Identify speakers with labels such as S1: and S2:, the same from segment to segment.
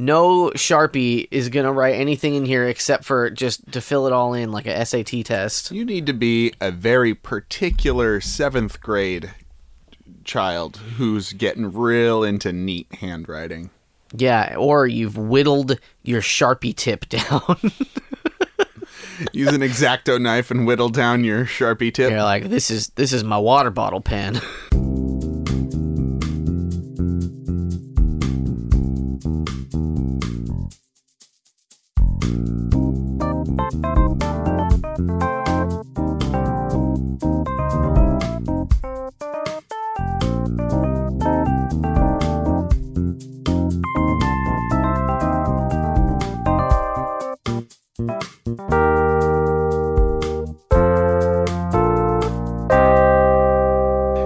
S1: no sharpie is gonna write anything in here except for just to fill it all in like a SAT test.
S2: You need to be a very particular seventh grade child who's getting real into neat handwriting.
S1: Yeah, or you've whittled your sharpie tip down.
S2: Use an exacto knife and whittle down your sharpie tip.
S1: You're like, this is this is my water bottle pen.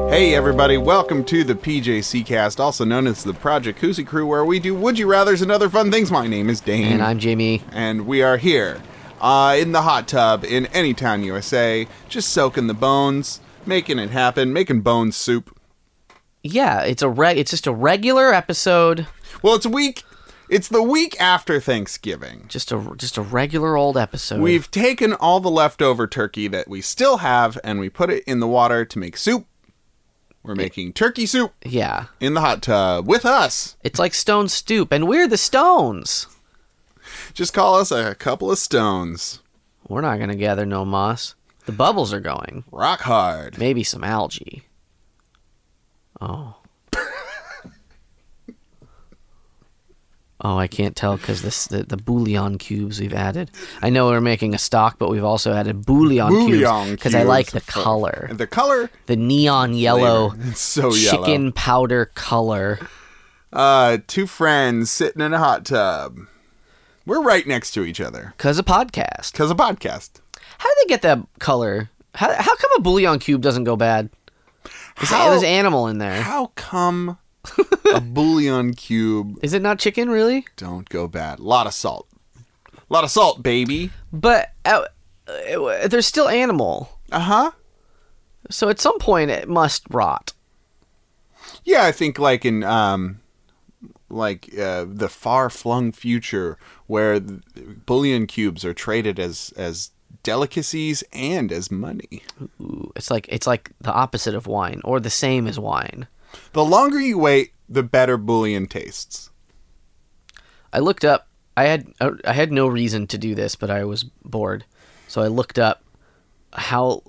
S2: Hey everybody, welcome to the PJC Cast, also known as the Project Koozie Crew, where we do Would You Rather's and other fun things. My name is Dane,
S1: and I'm Jamie.
S2: and we are here uh, in the hot tub in Anytown, USA, just soaking the bones, making it happen, making bone soup.
S1: Yeah, it's a reg- it's just a regular episode,
S2: Well, it's a week. It's the week after Thanksgiving.
S1: just a just a regular old episode.
S2: We've taken all the leftover turkey that we still have and we put it in the water to make soup. We're making turkey soup
S1: yeah,
S2: in the hot tub with us.
S1: it's like Stone Stoop, and we're the Stones.
S2: Just call us a couple of stones.
S1: We're not gonna gather no moss. The bubbles are going.
S2: Rock hard.
S1: Maybe some algae. Oh. Oh, I can't tell because this the, the bouillon cubes we've added. I know we're making a stock, but we've also added bouillon, cubes
S2: Bouillon
S1: because I like the
S2: cubes.
S1: color,
S2: And the color
S1: the neon yellow
S2: It's so
S1: chicken
S2: yellow.
S1: powder color.
S2: Uh two friends sitting in a hot tub. We're right next to each other
S1: Cause a podcast.
S2: cuz a podcast.
S1: How did they get that color? How how come a bouillon cube doesn't go bad? There's,
S2: How-
S1: there's animal in there.
S2: How come a bouillon cube
S1: Is it not chicken really?
S2: don't go bad? A lot of salt. A lot of salt, baby.
S1: But uh, uh, there's still animal.
S2: Uh-huh.
S1: So at some point it must rot.
S2: Yeah, I think like in um, like uh, the far flung future where th- bullion cubes are traded as as delicacies and as money.
S1: Ooh, it's like it's like the opposite of wine or the same as wine.
S2: The longer you wait, the better bullion tastes.
S1: I looked up. I had uh, I had no reason to do this, but I was bored, so I looked up how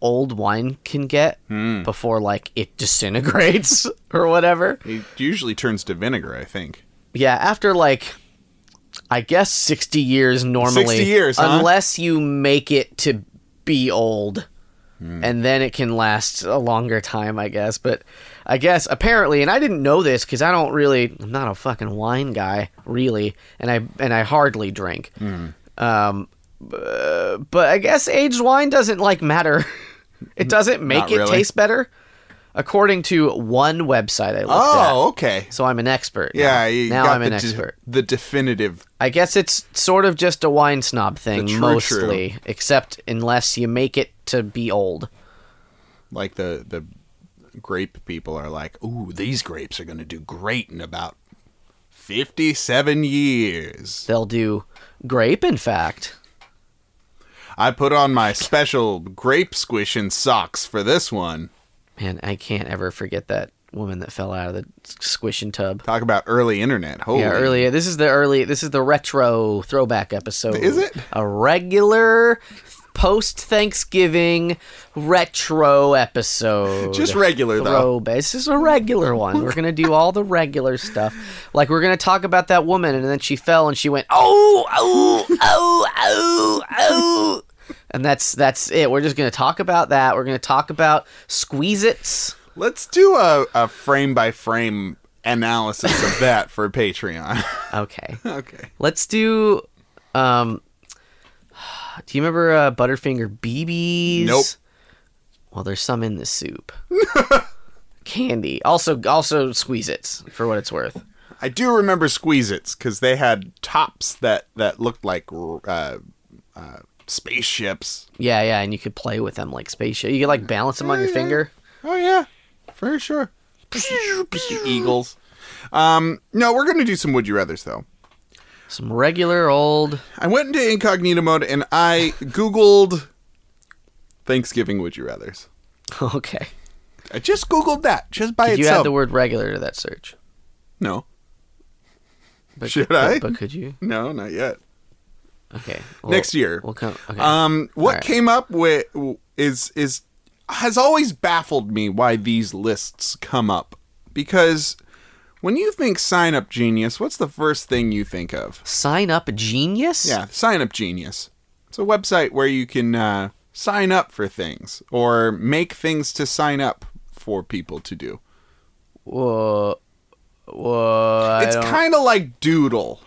S1: old wine can get before like it disintegrates or whatever.
S2: It usually turns to vinegar, I think.
S1: Yeah, after like I guess 60 years normally.
S2: 60 years, huh?
S1: unless you make it to be old.
S2: Hmm.
S1: And then it can last a longer time, I guess. But I guess apparently, and I didn't know this because I don't really, I'm not a fucking wine guy, really, and I and I hardly drink.
S2: Hmm.
S1: Um, bu- but I guess aged wine doesn't like matter. it doesn't make
S2: Not
S1: it
S2: really.
S1: taste better, according to one website I looked at.
S2: Oh, okay.
S1: So I'm an expert. now.
S2: Yeah, you
S1: now
S2: got
S1: I'm an
S2: the de-
S1: expert.
S2: the definitive.
S1: I guess it's sort of just a wine snob thing,
S2: The true,
S1: mostly, except unless you make it to be old.
S2: Like the the grape people are like, ooh, these grapes are gonna do great in about fifty seven years.
S1: They'll do grape, in fact.
S2: I put on my special grape squishing socks for this one.
S1: Man, I can't ever forget that woman that fell out of the squishing tub.
S2: Talk about early internet. Holy.
S1: Yeah, earlier. This is the early. This is the retro throwback episode.
S2: Is it?
S1: a regular post Thanksgiving retro episode?
S2: Just regular, though.
S1: Throwback. This is a regular one. We're gonna do all the regular stuff. Like we're gonna talk about that woman, and then she fell, and she went, oh, oh, oh, oh, oh. And that's that's it. We're just gonna talk about that. We're gonna talk about squeeze its.
S2: Let's do a, a frame by frame analysis of that for Patreon.
S1: Okay.
S2: okay.
S1: Let's do. Um, do you remember uh, Butterfinger BBs?
S2: Nope.
S1: Well, there's some in the soup. Candy. Also, also squeeze it for what it's worth.
S2: I do remember Squeeze Its because they had tops that, that looked like uh, uh, spaceships.
S1: Yeah, yeah, and you could play with them like spaceship. You could like Oh, balance them on your finger.
S2: Oh, yeah. For sure. Eagles. Um, no, we're going to do some would you rather's though.
S1: Some regular old.
S2: I went into incognito mode and I googled Thanksgiving would you rather's.
S1: Okay.
S2: I just googled that just by
S1: Did you
S2: itself.
S1: add the word regular to that search?
S2: no,
S1: But,
S2: Should
S1: but-
S2: I?
S1: But could you?
S2: no, not yet.
S1: Okay.
S2: Next year.
S1: We'll come. Okay.
S2: Um, what
S1: All right.
S2: came up with is is has always baffled me why these lists come up because when you think sign up genius, what's the first thing you think of?
S1: Sign up genius?
S2: Yeah, Sign Up Genius. It's a website where you can uh, sign up for things or make things to sign up for people to do.
S1: Whoa. Whoa.
S2: it's
S1: I don't,
S2: kind of like Doodle.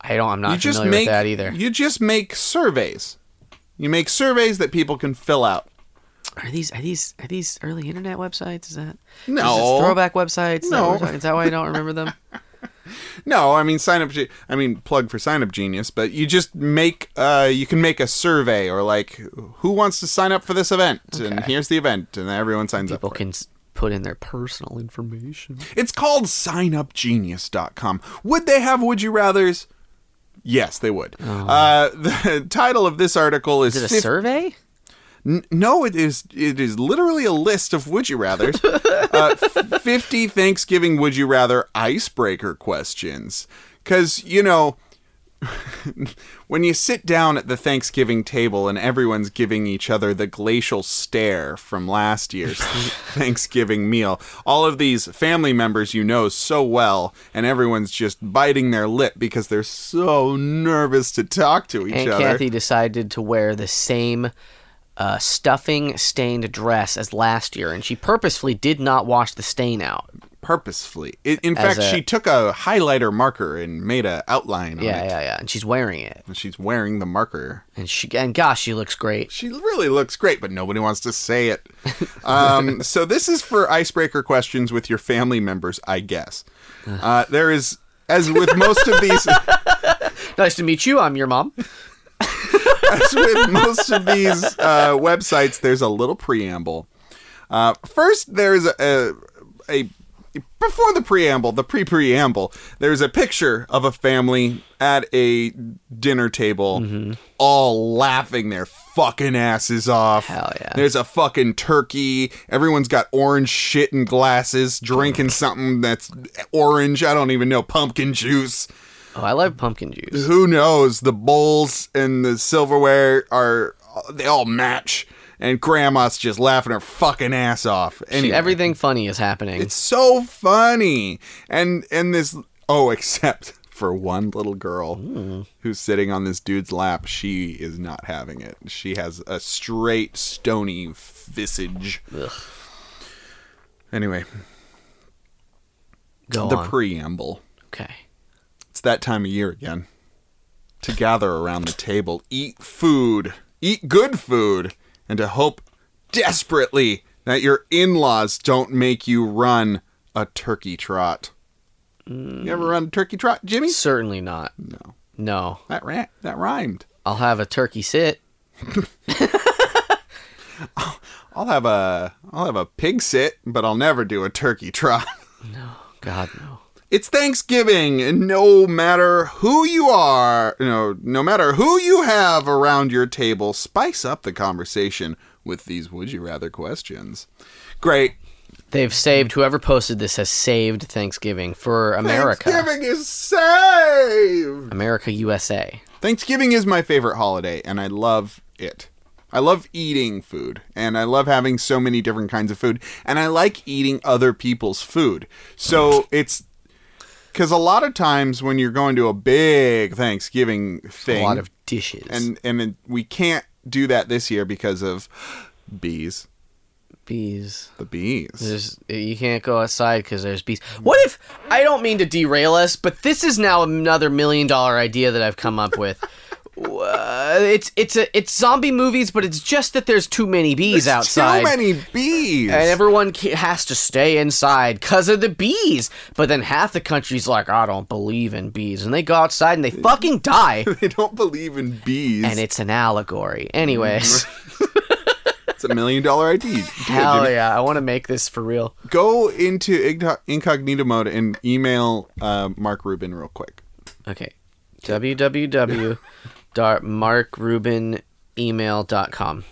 S1: I don't I'm not
S2: You just
S1: familiar
S2: make
S1: with that either.
S2: you just make surveys. You make surveys that people can fill out.
S1: Are these are these are these early internet websites? Is that is this
S2: No.
S1: throwback websites? Is that what we're
S2: No.
S1: talking- Is that why I don't remember them?
S2: No, I mean sign up. Ge- I mean plug for sign up genius, but you just make. Uh, you can make a survey or like, who wants to sign up for this event? And here's the event, and everyone signs
S1: People
S2: up. For
S1: can s- put in their personal information.
S2: it. It's called signupgenius.com. Would they have would you rather's? Yes, they would. Uh, the title of this article is
S1: Oh. Is it a
S2: fif-
S1: survey?
S2: N- no, it is it is literally a list of would you rather's. uh, f- Fifty Thanksgiving would you rather icebreaker questions, because you know when you sit down at the Thanksgiving table and everyone's giving each other the glacial stare from last year's Thanksgiving meal, all of these family members you know so well, and everyone's just biting their lip because they're so nervous to talk to each
S1: Aunt
S2: other.
S1: Kathy decided to wear the same uh, stuffing stained dress as last year, and she purposefully did not wash the stain out.
S2: purposefully. I in
S1: As
S2: fact,
S1: a-
S2: she took a highlighter marker and made a outline on
S1: Yeah,
S2: it.
S1: yeah, yeah. And she's wearing it,
S2: And she's wearing the marker.
S1: and she and gosh, she looks great.
S2: She really looks great, but nobody wants to say it. Um, so this is for icebreaker questions with your family members, I guess. Uh, there is, as with most of these,
S1: Nice to meet you. I'm your mom.
S2: as with most of these uh, websites, there's a little preamble. Uh, first, there's a, a, a before the preamble, the pre preamble, there's a picture of a family at a dinner table,
S1: Mm-hmm.
S2: all laughing their fucking asses off.
S1: Hell yeah.
S2: There's a fucking turkey. Everyone's got orange shit in glasses, drinking something that's orange. I don't even know, pumpkin juice
S1: Oh, I love pumpkin juice.
S2: who knows the bowls and the silverware are they all match and grandma's just laughing her fucking ass off
S1: She-
S2: anyway,
S1: Everything funny is happening.
S2: it's so funny and and this oh except for one little girl
S1: Hmm.
S2: who's sitting on this dude's lap she is not having it she has a straight stony visage
S1: Ugh.
S2: anyway
S1: Go
S2: the
S1: on.
S2: preamble
S1: okay.
S2: It's that time of year again to gather around the table, eat food, eat good food, and to hope desperately that your in laws don't make you run a turkey trot. You ever run a turkey trot, Jimmy?
S1: Certainly not.
S2: No.
S1: No.
S2: That, ra- that rhymed.
S1: I'll have a turkey sit.
S2: I'll have a I'll have a pig sit, but I'll never do a turkey trot.
S1: God no.
S2: It's Thanksgiving, and no matter who you are, no, no matter who you have around your table, spice up the conversation with these would you rather questions. Great.
S1: They've saved whoever posted this has saved Thanksgiving for America.
S2: Thanksgiving is saved.
S1: America USA.
S2: Thanksgiving is my favorite holiday, and I love it. I love eating food, and I love having so many different kinds of food, and I like eating other people's food. So it's because a lot of times when you're going to a big Thanksgiving thing,
S1: A lot of dishes.
S2: and and then we can't do that this year because of bees,
S1: bees.
S2: the bees.
S1: There's you can't go outside because there's bees. What if I don't mean to derail us, but this is now another million dollar idea that I've come up with. Uh, it's it's a it's zombie movies, but it's just that there's too many bees outside.
S2: Too many bees.
S1: and everyone ca- has to stay inside because of the bees. But then half the country's like, I don't believe in bees, and they go outside and they fucking die.
S2: they don't believe in bees.
S1: and it's an allegory, anyways.
S2: It's a million dollar idea.
S1: Hell yeah, I want to make this for real.
S2: Go into igno- incognito mode and email uh, Mark Rubin real quick.
S1: Okay. www.markrubinemail.com.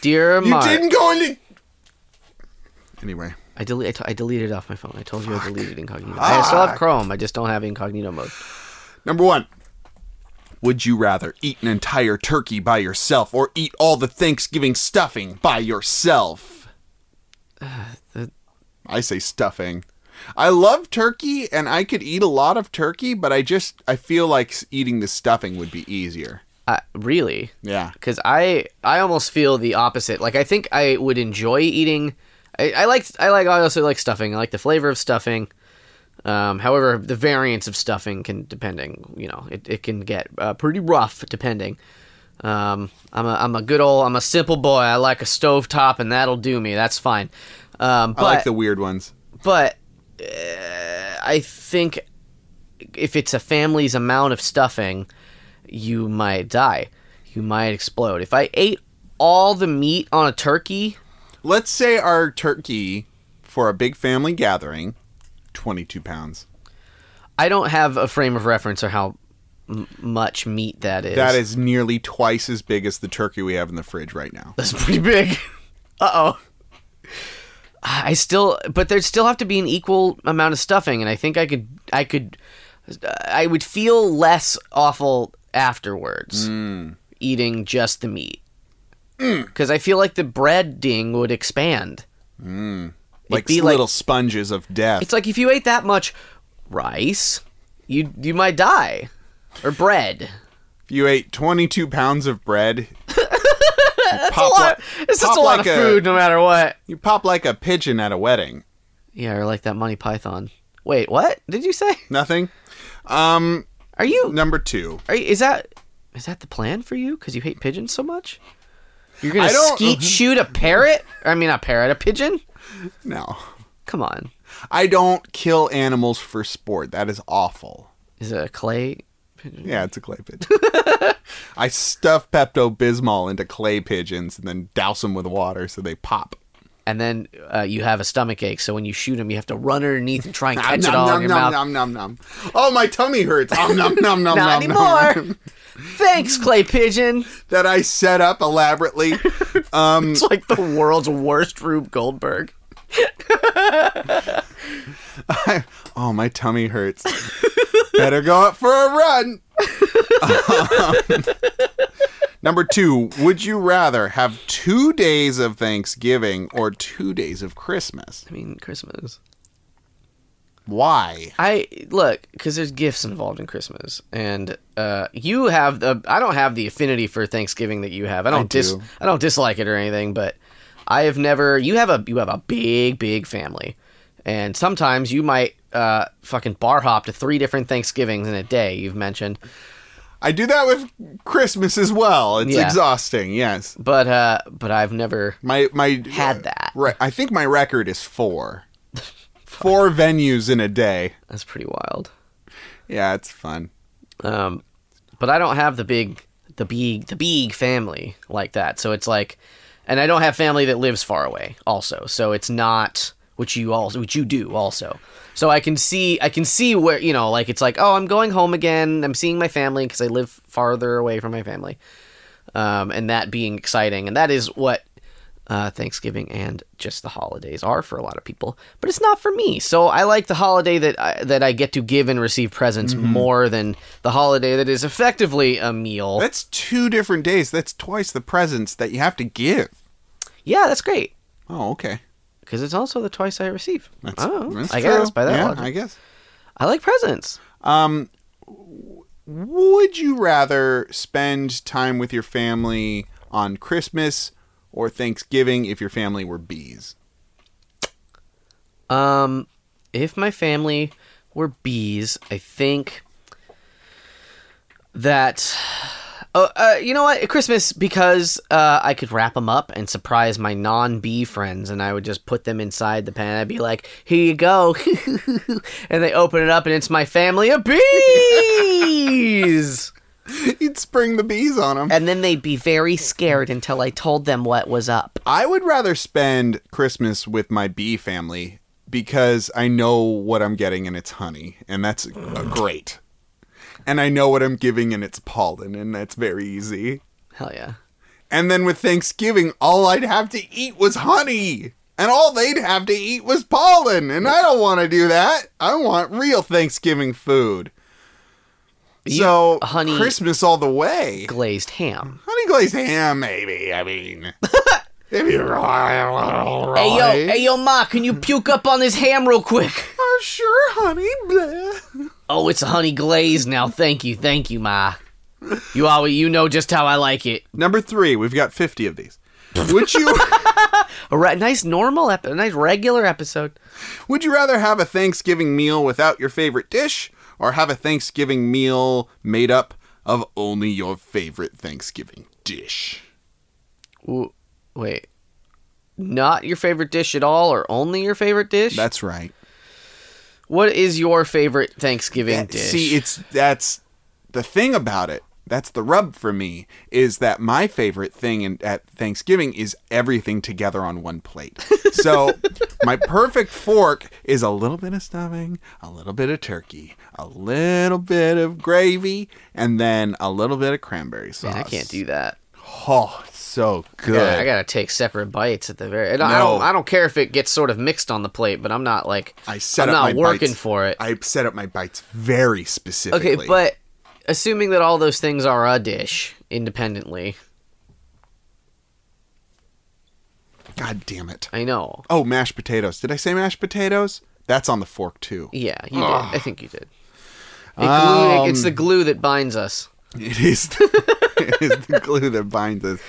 S1: Dear Mark,
S2: You didn't go into. Anyway,
S1: I, dele- I, t- I deleted it off my phone. I told you I deleted incognito. I still
S2: Ah.
S1: have Chrome. I just don't have incognito mode.
S2: number one. Would you rather eat an entire turkey by yourself or eat all the Thanksgiving stuffing by yourself?
S1: Uh, the-
S2: I say stuffing. I love turkey and I could eat a lot of turkey, but I just I feel like s- eating the stuffing would be easier.
S1: I, really?
S2: Yeah.
S1: because I I almost feel the opposite. Like I think I would enjoy eating. I, I like I like I also like stuffing. I like the flavor of stuffing. Um, however, the variance of stuffing can depending you know it, it can get uh, pretty rough depending. Um, I'm a I'm a good old I'm a simple boy. I like a stove top and that'll do me. That's fine. Um, but
S2: I like the weird ones.
S1: but uh, I think if it's a family's amount of stuffing, you might die. You might explode. If I ate all the meat on a turkey,
S2: Let's say our turkey for a big family gathering, 22 pounds.
S1: I don't have a frame of reference or how m- much meat that is.
S2: That is nearly twice as big as the turkey we have in the fridge right now.
S1: That's pretty big. uh oh. I still, but there'd still have to be an equal amount of stuffing, and I think I could, I could, I would feel less awful afterwards
S2: Hmm.
S1: eating just the meat, because I feel like the bread ding would expand. Mm.
S2: Like little sponges of death.
S1: It's like if you ate that much rice, you you might die, or bread.
S2: if you ate 22 pounds of bread, you pop, like,
S1: It's just
S2: pop
S1: a lot
S2: like
S1: of
S2: a-
S1: food, no matter what.
S2: you pop like a pigeon at a wedding.
S1: Yeah, or like that Monty Python. Wait, what did you say?
S2: Nothing. Um,
S1: Are you?
S2: number two.
S1: Are you, is that is that the plan for you? Because you hate pigeons so much. You're gonna
S2: I don't-
S1: skeet shoot a parrot? I mean, not parrot, a pigeon.
S2: No,
S1: Come on,
S2: I don't kill animals for sport. That is awful.
S1: is it a clay? pigeon?
S2: Yeah, it's a clay pigeon. I stuff Pepto Bismol into clay pigeons and then douse them with water so they pop.
S1: And then uh, you have a stomach ache, so when you shoot him, you have to run underneath and try and catch it
S2: nom,
S1: all
S2: nom,
S1: in your
S2: nom,
S1: mouth.
S2: nom, nom, nom. Oh, my tummy hurts. Om, nom, nom, nom,
S1: Not
S2: nom, nom.
S1: anymore. Thanks, clay pigeon.
S2: That I set up elaborately. Um,
S1: It's like the world's worst Rube Goldberg.
S2: oh, my tummy hurts. Better go out for a run. Um, number two, would you rather have two days of Thanksgiving or two days of Christmas?
S1: I mean, Christmas.
S2: Why?
S1: I look because there's gifts involved in Christmas, and uh, you have the. I don't have the affinity for Thanksgiving that you have. I don't dis.
S2: do.
S1: I don't dislike it or anything, but I have never. You have a. You have a big, big family, and sometimes you might uh, fucking bar hop to three different Thanksgivings in a day. You've mentioned,
S2: I do that with Christmas as well. It's
S1: Yeah.
S2: exhausting. Yes.
S1: but uh, but I've never.
S2: My my
S1: Had that.
S2: Right. I think my record is 4. 4 venues in a day.
S1: That's pretty wild.
S2: Yeah, it's fun.
S1: Um, but I don't have the big, the big, the big family like that. So it's like, and I don't have family that lives far away. Also, so it's not which you all which you do also. So I can see I can see where you know like it's like oh I'm going home again. I'm seeing my family because I live farther away from my family, um, and that being exciting. And that is what. Uh, Thanksgiving and just the holidays are for a lot of people, but it's not for me. So I like the holiday that I, that I get to give and receive presents
S2: Mm-hmm.
S1: more than the holiday that is effectively a meal.
S2: That's two different days. That's twice the presents that you have to give.
S1: yeah, that's great
S2: Oh, okay.
S1: because it's also the twice I receive.
S2: That's,
S1: oh,
S2: that's
S1: I
S2: true.
S1: guess by that
S2: yeah,
S1: logic.
S2: I guess.
S1: I like presents.
S2: Um, w- would you rather spend time with your family on Christmas or Thanksgiving if your family were bees?
S1: Um, if my family were bees, I think that. Oh, uh, you know what? At Christmas because uh, I could wrap them up and surprise my non-bee friends, and I would just put them inside the pan. I'd be like, "Here you go," and they open it up, and it's my family of bees.
S2: He'd spring the bees on them.
S1: and then they'd be very scared until I told them what was up.
S2: I would rather spend Christmas with my bee family because I know what I'm getting and it's honey, and that's uh, great. And I know what I'm giving and it's pollen, and that's very easy.
S1: Hell yeah.
S2: And then with Thanksgiving, all I'd have to eat was honey. And all they'd have to eat was pollen. And I don't want to do that. I want real Thanksgiving food.
S1: You-
S2: so,
S1: honey-
S2: Christmas all the way.
S1: Glazed ham.
S2: Honey glazed ham, maybe. I mean, if you're.
S1: Hey yo, hey yo, Ma, can you puke up on this ham real quick?
S2: Oh, sure, honey. Blah.
S1: Oh, it's a honey glaze now. Thank you, thank you, Ma. You always, you know just how I like it.
S2: Number three, we've got 50 of these. Would you
S1: A re- nice normal, ep- a nice regular episode.
S2: would you rather have a Thanksgiving meal without your favorite dish or have a Thanksgiving meal made up of only your favorite Thanksgiving dish?
S1: Ooh, wait, not your favorite dish at all, or only your favorite dish?
S2: That's right.
S1: what is your favorite Thanksgiving dish?
S2: Eh, See, it's that's the thing about it. That's the rub for me is that my favorite thing in, at Thanksgiving is everything together on one plate. So my perfect fork is a little bit of stuffing, a little bit of turkey, a little bit of gravy, and then a little bit of cranberry sauce.
S1: Man, I can't do that.
S2: Oh, it's so good.
S1: Yeah, I gotta take separate bites at the very. and I don't.
S2: No.
S1: I don't care if it gets sort of mixed on the plate, but I'm not like.
S2: I set
S1: I'm
S2: up
S1: not
S2: my
S1: working
S2: bites-
S1: for it.
S2: I set up my bites very specifically.
S1: okay, but assuming that all those things are a dish independently,
S2: God damn it.
S1: I know.
S2: Oh, mashed potatoes. Did I say mashed potatoes? That's on the fork too.
S1: Yeah, you did. I think you did. It glue,
S2: Um,
S1: it's the glue that binds us.
S2: It is the, it is the glue that binds us.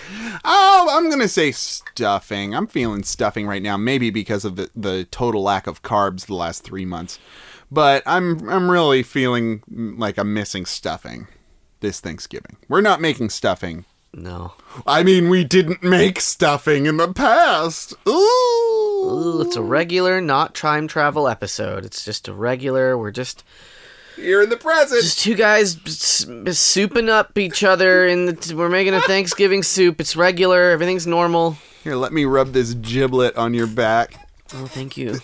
S2: Oh, I'm gonna say stuffing. I'm feeling stuffing right now, maybe because of the, the total lack of carbs the last three months. But I'm I'm really feeling mm, like I'm missing stuffing this Thanksgiving. We're not making stuffing.
S1: No,
S2: I mean, we didn't make stuffing in the past. Ooh,
S1: Ooh, it's a regular, not time travel episode. It's just a regular. We're just
S2: you're in the present.
S1: just two guys s- souping up each other, and we're making a Thanksgiving soup. It's regular. Everything's normal.
S2: Here, let me rub this giblet on your back.
S1: Oh, thank you.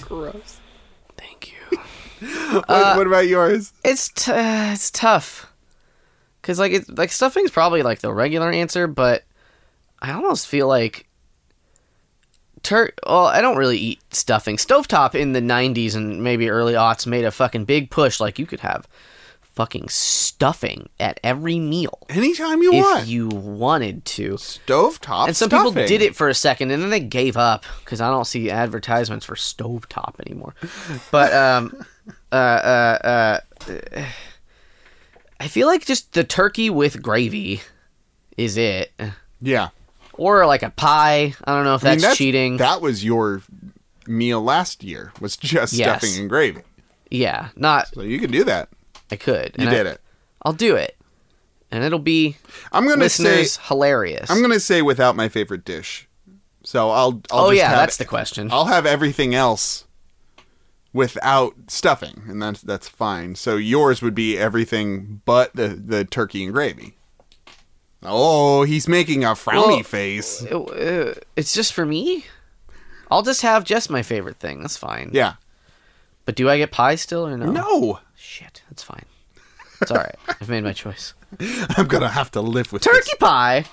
S2: Gross.
S1: Thank you.
S2: What,
S1: Uh,
S2: what about yours?
S1: It's t- uh, it's tough, cause like it's like stuffing's probably like the regular answer, but I almost feel like tur. Well, I don't really eat stuffing. Stovetop in the '90s and maybe early aughts made a fucking big push. Like you could have fucking stuffing at every meal
S2: Anytime you
S1: if
S2: want.
S1: you wanted to.
S2: stovetop
S1: And some people
S2: stuffing.
S1: did it for a second, and then they gave up because I don't see advertisements for stovetop anymore. But um, uh, uh, uh, I feel like just the turkey with gravy is it,
S2: Yeah,
S1: or like a pie. I don't know if
S2: I
S1: that's,
S2: mean,
S1: cheating.
S2: That was your meal last year. Was just
S1: Yes.
S2: stuffing and gravy.
S1: yeah, not.
S2: So you can do that.
S1: I could.
S2: You
S1: and I-
S2: did it.
S1: I'll do it, and it'll be
S2: I'm gonna
S1: listeners
S2: say.
S1: hilarious.
S2: I'm gonna say without my favorite dish. So I'll. I'll
S1: oh
S2: just
S1: yeah,
S2: have,
S1: that's the question.
S2: I'll have everything else without stuffing, and that's that's fine. So yours would be everything but the the turkey and gravy. Oh, he's making a frowny
S1: Well-
S2: face.
S1: It- uh, it's just for me. I'll just have just my favorite thing. That's fine.
S2: Yeah.
S1: But do I get pie still or no? Oh,
S2: No,
S1: Shit, that's fine. It's all right. I've made my choice.
S2: I'm gonna have to live with this.
S1: Turkey pie.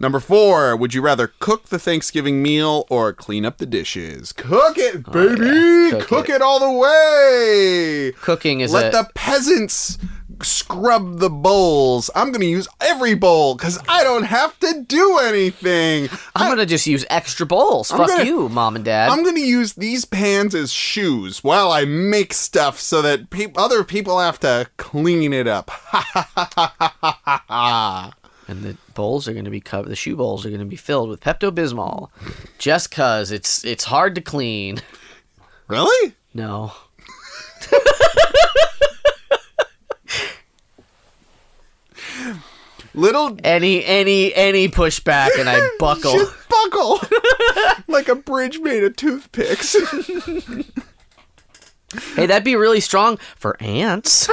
S2: Number four, would you rather cook the Thanksgiving meal or clean up the dishes? Cook it, baby!
S1: Oh, yeah.
S2: Cook,
S1: Cook
S2: it. all the way!
S1: Cooking is
S2: Let
S1: a
S2: the peasants scrub the bowls. I'm gonna use every bowl because I don't have to do anything.
S1: I'm gonna just use extra bowls. Fuck
S2: gonna-
S1: you, mom and dad.
S2: I'm gonna use these pans as shoes while I make stuff so that peop other people have to clean it up.
S1: and the bowls are gonna be covered. The shoe bowls are gonna be filled with Pepto Bismol, just cause it's it's hard to clean.
S2: Really?
S1: No.
S2: Little
S1: Any any any pushback, and I buckle.
S2: Just buckle like a bridge made of toothpicks.
S1: hey, that'd be really strong for ants.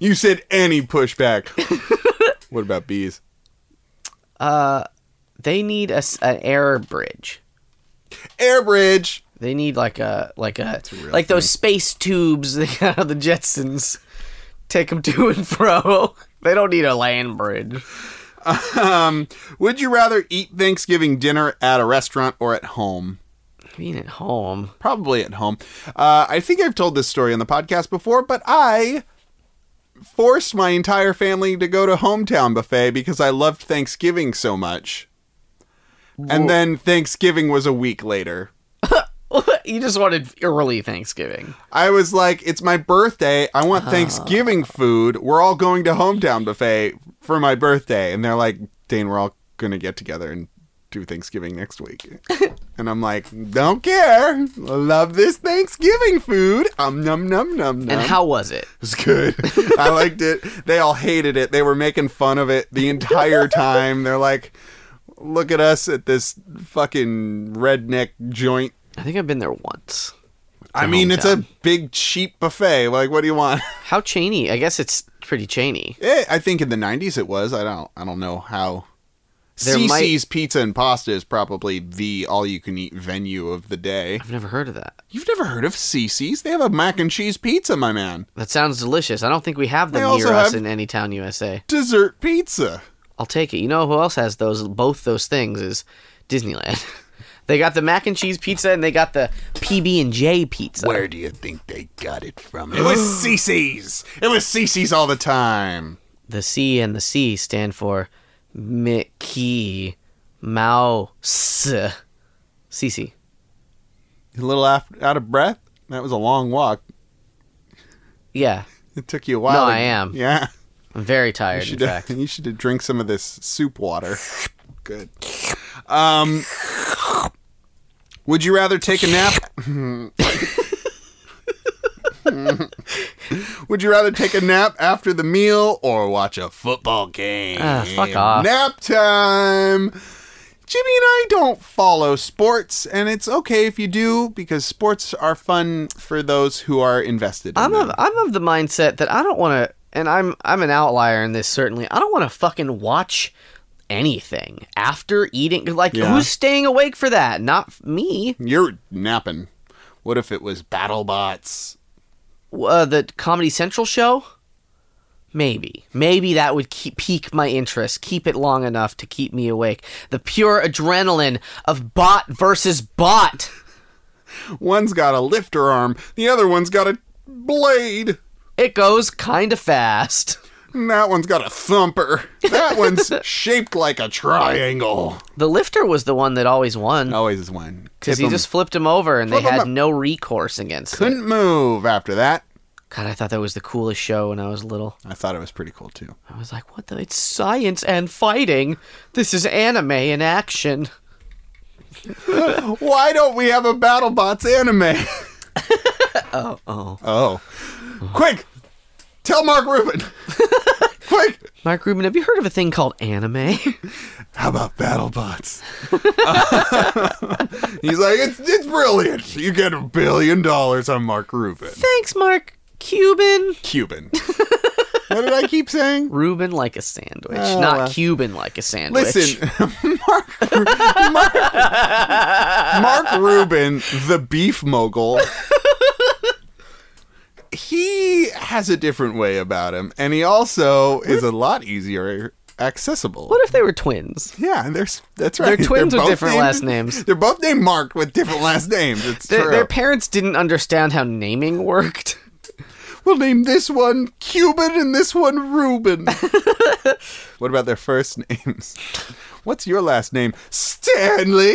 S2: You said any pushback. what about bees?
S1: They need a s an air bridge.
S2: Air bridge.
S1: They need like a like a,
S2: a real
S1: like those space tubes they got out of the Jetsons. Take them to and fro. They don't need a land bridge.
S2: Um, would you rather eat Thanksgiving dinner at a restaurant or at home?
S1: Being at home,
S2: Probably at home. Uh, I think I've told this story on the podcast before, but I forced my entire family to go to hometown buffet because I loved Thanksgiving so much. And then Thanksgiving was a week later.
S1: you just wanted early Thanksgiving.
S2: I was like, it's my birthday. I want
S1: Ah.
S2: Thanksgiving food. We're all going to hometown buffet for my birthday. And they're like, Dane, we're all going to get together and do Thanksgiving next week. and I'm like, don't care. Love this Thanksgiving food. Um, num, num, num, num.
S1: And how was it?
S2: It was good. I liked it. They all hated it. They were making fun of it the entire time. They're like, look at us at this fucking redneck joint.
S1: I think I've been there once.
S2: I mean, it's a big cheap buffet. Like, what do you want?
S1: How Cheney? I guess it's pretty Cheney.
S2: Eh, I think in the '90s it was. I don't. I don't know how.
S1: There
S2: CC's
S1: might-
S2: Pizza and Pasta is probably the all-you-can-eat venue of the day.
S1: I've never heard of that.
S2: You've never heard of CC's? They have a mac and cheese pizza, my man.
S1: That sounds delicious. I don't think we have them
S2: They
S1: near
S2: also
S1: us
S2: have-
S1: in any town USA.
S2: Dessert pizza.
S1: I'll take it. You know who else has those? Both those things is Disneyland. they got the mac and cheese pizza and they got the PB and J pizza.
S2: do you think they got it from? It was CC's. It was CC's all the time.
S1: The C and the C stand for Mickey Mouse. CC.
S2: A little af- out of breath. That was a long walk.
S1: Yeah,
S2: It took you a
S1: No,
S2: while. to-
S1: I am.
S2: Yeah.
S1: I'm very tired.
S2: You
S1: In
S2: should-
S1: fact,
S2: You should drink some of this soup water. Good. Um, would you rather take a nap? would you rather take a nap after the meal or watch a football game?
S1: Ah, fuck off.
S2: Nap time. Jimmy and I don't follow sports, and it's okay if you do because sports are fun for those who are invested.
S1: I'm
S2: in them.
S1: of I'm of the mindset that I don't want to, and I'm I'm an outlier in this certainly. I don't want to fucking watch anything after eating. Like
S2: Yeah.
S1: who's staying awake for that? Not f- me.
S2: You're napping. What if it was BattleBots?
S1: uh, the Comedy Central show? Maybe. Maybe that would keep, pique my interest, keep it long enough to keep me awake. The pure adrenaline of bot versus bot.
S2: One's got a lifter arm, the other one's got a blade,
S1: It goes kind of fast.
S2: and that one's got a thumper. That one's shaped like a triangle.
S1: The lifter was the one that always won
S2: Always is one.
S1: because
S2: Tip
S1: he
S2: 'em.
S1: just flipped him over and they
S2: Flip 'em
S1: had
S2: up.
S1: no recourse against him.
S2: couldn't move after that.
S1: God, I thought that was the coolest show when I was little.
S2: I thought it was pretty cool too.
S1: I was like, what the? It's science and fighting. This is anime in action.
S2: Why don't we have a BattleBots anime? oh, oh, oh! Quick, tell Mark Rubin. Quick.
S1: Mark Rubin, have you heard of a thing called anime?
S2: How about BattleBots? He's like, it's, it's brilliant. You get a billion dollars on Mark Rubin.
S1: Thanks, Mark Cuban.
S2: Cuban. what did I keep saying?
S1: Reuben like a sandwich,
S2: Oh,
S1: not
S2: well.
S1: Cuban like a sandwich.
S2: Listen, Mark, Mark, Mark Rubin, the beef mogul, he has a different way about him, and he also is a lot easier accessible.
S1: what if they were twins?
S2: Yeah, and there's that's right.
S1: twins with
S2: both
S1: different
S2: named-
S1: last names.
S2: They're both named Mark with different last names. It's
S1: Their,
S2: true.
S1: their parents didn't understand how naming worked.
S2: we'll name this one Cuban and this one Reuben. what about their first names? What's your last name? Stanley.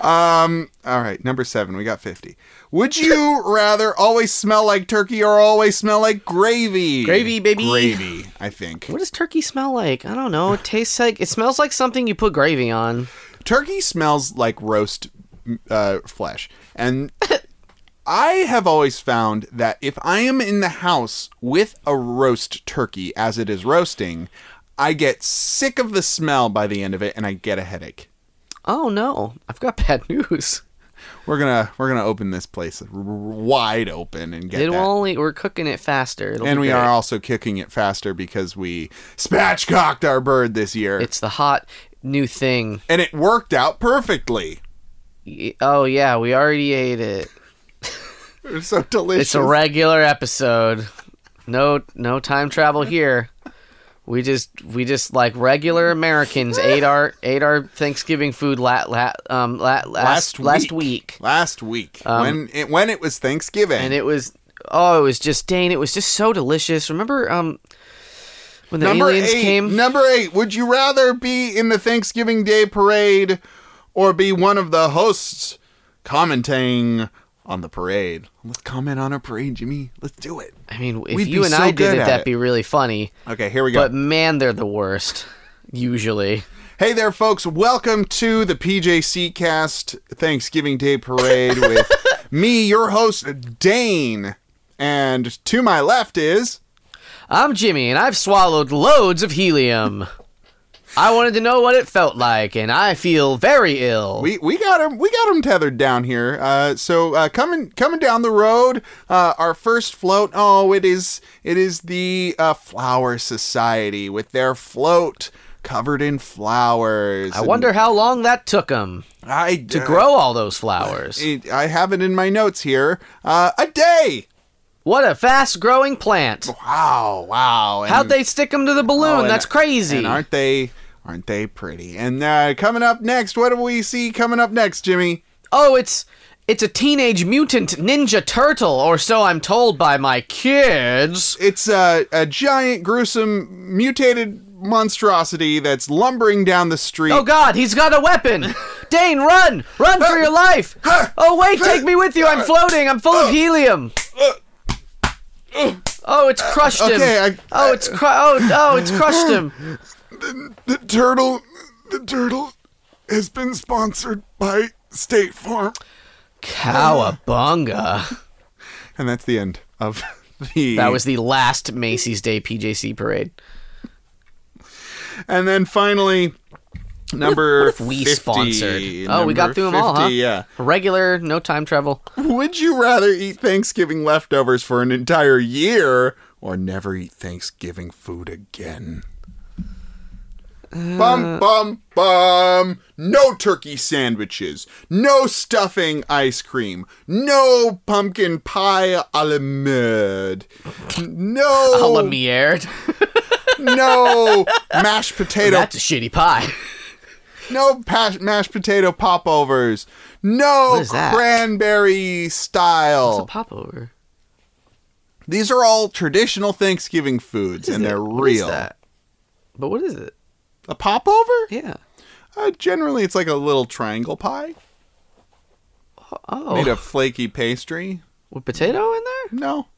S2: um. All right, number seven. We got fifty. Would you rather always smell like turkey or always smell like gravy?
S1: Gravy, baby.
S2: Gravy. I think.
S1: What does turkey smell like? I don't know. It tastes like it smells like something you put gravy on.
S2: turkey smells like roast uh, flesh and i have always found that if i am in the house with a roast turkey as it is roasting i get sick of the smell by the end of it and i get a headache
S1: Oh no, I've got bad news.
S2: we're gonna we're gonna open this place r- r- wide open and get
S1: It
S2: that.
S1: will only we're cooking it faster. It'll
S2: and
S1: be
S2: we
S1: great.
S2: are also kicking it faster because we spatchcocked our bird this year,
S1: It's the hot new thing.
S2: and it worked out perfectly.
S1: Y- Oh yeah, we already ate it.
S2: It was so delicious.
S1: It's a regular episode. No no time travel here. We just we just like regular Americans ate our ate our Thanksgiving food la, la, um, la, last
S2: Last
S1: last
S2: week.
S1: week.
S2: last week
S1: Um,
S2: when it when it was Thanksgiving.
S1: and it was oh it was just Dane it was just so delicious. Remember um when the
S2: number
S1: aliens
S2: eight.
S1: came?
S2: Number eight. Would you rather be in the Thanksgiving Day parade or be one of the hosts commenting on the parade? Let's comment on our parade, Jimmy. Let's do it.
S1: I mean, if
S2: We'd
S1: you
S2: be
S1: and
S2: so
S1: I
S2: good
S1: did it,
S2: at
S1: that'd
S2: it.
S1: be really funny.
S2: Okay, here we go.
S1: But man, they're the worst. Usually,
S2: Hey there, folks. Welcome to the PJC Cast Thanksgiving Day Parade with me, your host, Dane. And to my left is.
S1: I'm Jimmy, and I've swallowed loads of helium. I wanted to know what it felt like, and I feel very ill.
S2: We, we got him we got him tethered down here. Uh, so uh, coming coming down the road, uh, our first float. Oh, it is it is the uh, flower society with their float covered in flowers.
S1: I wonder how long that took them
S2: I uh,
S1: to grow all those flowers.
S2: It, I have it in my notes here. Uh, a day.
S1: What a fast-growing plant!
S2: Wow, wow. And-
S1: How'd they stick them to the
S2: Oh,
S1: balloon?
S2: and-
S1: That's crazy.
S2: And aren't they aren't they pretty? And uh, coming up next, what do we see coming up next, Jimmy?
S1: Oh, it's it's a teenage mutant ninja turtle, or so I'm told by my kids.
S2: It's a, a giant, gruesome, mutated monstrosity that's lumbering down the street.
S1: Oh God, he's got a weapon! Dane, run! Run for your life! Oh wait, take me with you! I'm floating. I'm full of helium. Oh, it's crushed him.
S2: Okay, I-
S1: oh, it's cru- oh, oh, it's crushed him.
S2: The turtle, the turtle, has been sponsored by State Farm,
S1: Cowabunga!
S2: and that's the end of the.
S1: That was the last Macy's Day PJC parade.
S2: And then finally, number
S1: If we
S2: 50,
S1: sponsored. Oh, we got
S2: number
S1: through them all, huh?
S2: 50, Yeah.
S1: Regular, no time travel.
S2: Would you rather eat Thanksgiving leftovers for an entire year or never eat Thanksgiving food again?
S1: Uh.
S2: Bum, bum, bum. No turkey sandwiches. No stuffing ice cream. No pumpkin pie a la mode.
S1: Oh.
S2: No, no mashed potato.
S1: That's a shitty pie.
S2: No pa- mashed potato popovers. No
S1: is that?
S2: cranberry style.
S1: It's a popover.
S2: These are all traditional Thanksgiving foods, and
S1: Is it?
S2: they're
S1: What is
S2: real.
S1: that? But what is it?
S2: A popover?
S1: Yeah.
S2: Uh, generally, it's like a little triangle pie
S1: Oh,
S2: made of flaky pastry.
S1: with potato in there.
S2: No,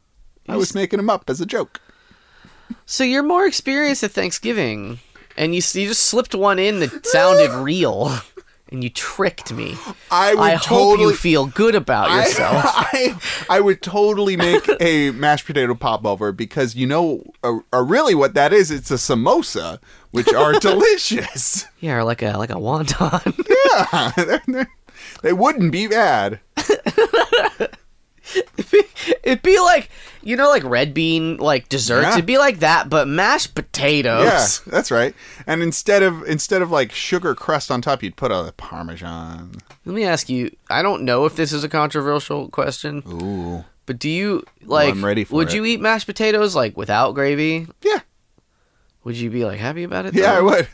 S2: I
S1: You
S2: was
S1: s-
S2: making them up as a joke.
S1: So you're more experienced at Thanksgiving, and you s- you just slipped one in that sounded real, and you tricked me.
S2: I would
S1: I hope
S2: totally.
S1: you feel good about yourself.
S2: I, I, I would totally make a mashed potato popover because you know, uh, uh, really, what that is, it's a samosa, which are delicious.
S1: Yeah, or like a like a wonton.
S2: Yeah, they're- they're- they wouldn't be bad.
S1: It'd be like you know, like red bean like desserts.
S2: Yeah.
S1: It'd be like that, but mashed potatoes.
S2: Yeah, that's right. And instead of instead of like sugar crust on top, you'd put a parmesan.
S1: Let me ask you. I don't know if this is a controversial question,
S2: Ooh.
S1: but do you like?
S2: I'm ready for
S1: would
S2: it.
S1: you eat mashed potatoes like without gravy?
S2: Yeah.
S1: Would you be like happy about it?
S2: Yeah, I
S1: though?
S2: would.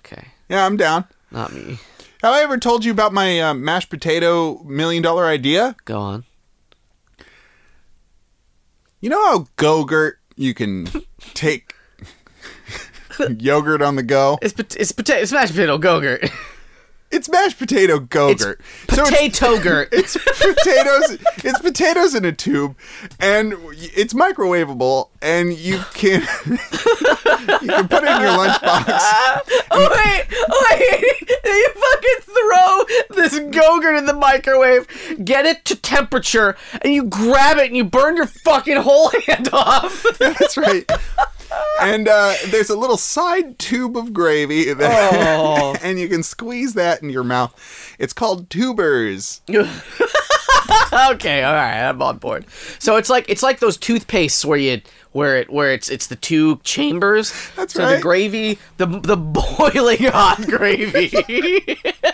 S1: Okay,
S2: Yeah, I'm down.
S1: not me.
S2: Have I ever told you about my uh, mashed potato million dollar idea?
S1: Go on.
S2: You know how Go-Gurt you can take yogurt on the go?
S1: It's pot- it's potato. It's mashed potato gogurt.
S2: It's mashed potato
S1: It's
S2: Go-Gurt. So it's-
S1: potato gurt.
S2: it's potatoes it's potatoes in a tube and it's microwavable and you can you can put it in your lunchbox
S1: oh wait, oh wait! You fucking throw this gogurt in the microwave, get it to temperature, and you grab it and you burn your fucking whole hand off.
S2: That's right. and uh, there's a little side tube of gravy, that,
S1: Oh.
S2: and you can squeeze that in your mouth. It's called tubers.
S1: okay, all right, I'm on board. So it's like it's like those toothpastes where you where it where it's it's the two chambers.
S2: That's
S1: so
S2: right.
S1: the gravy, the the boiling hot gravy.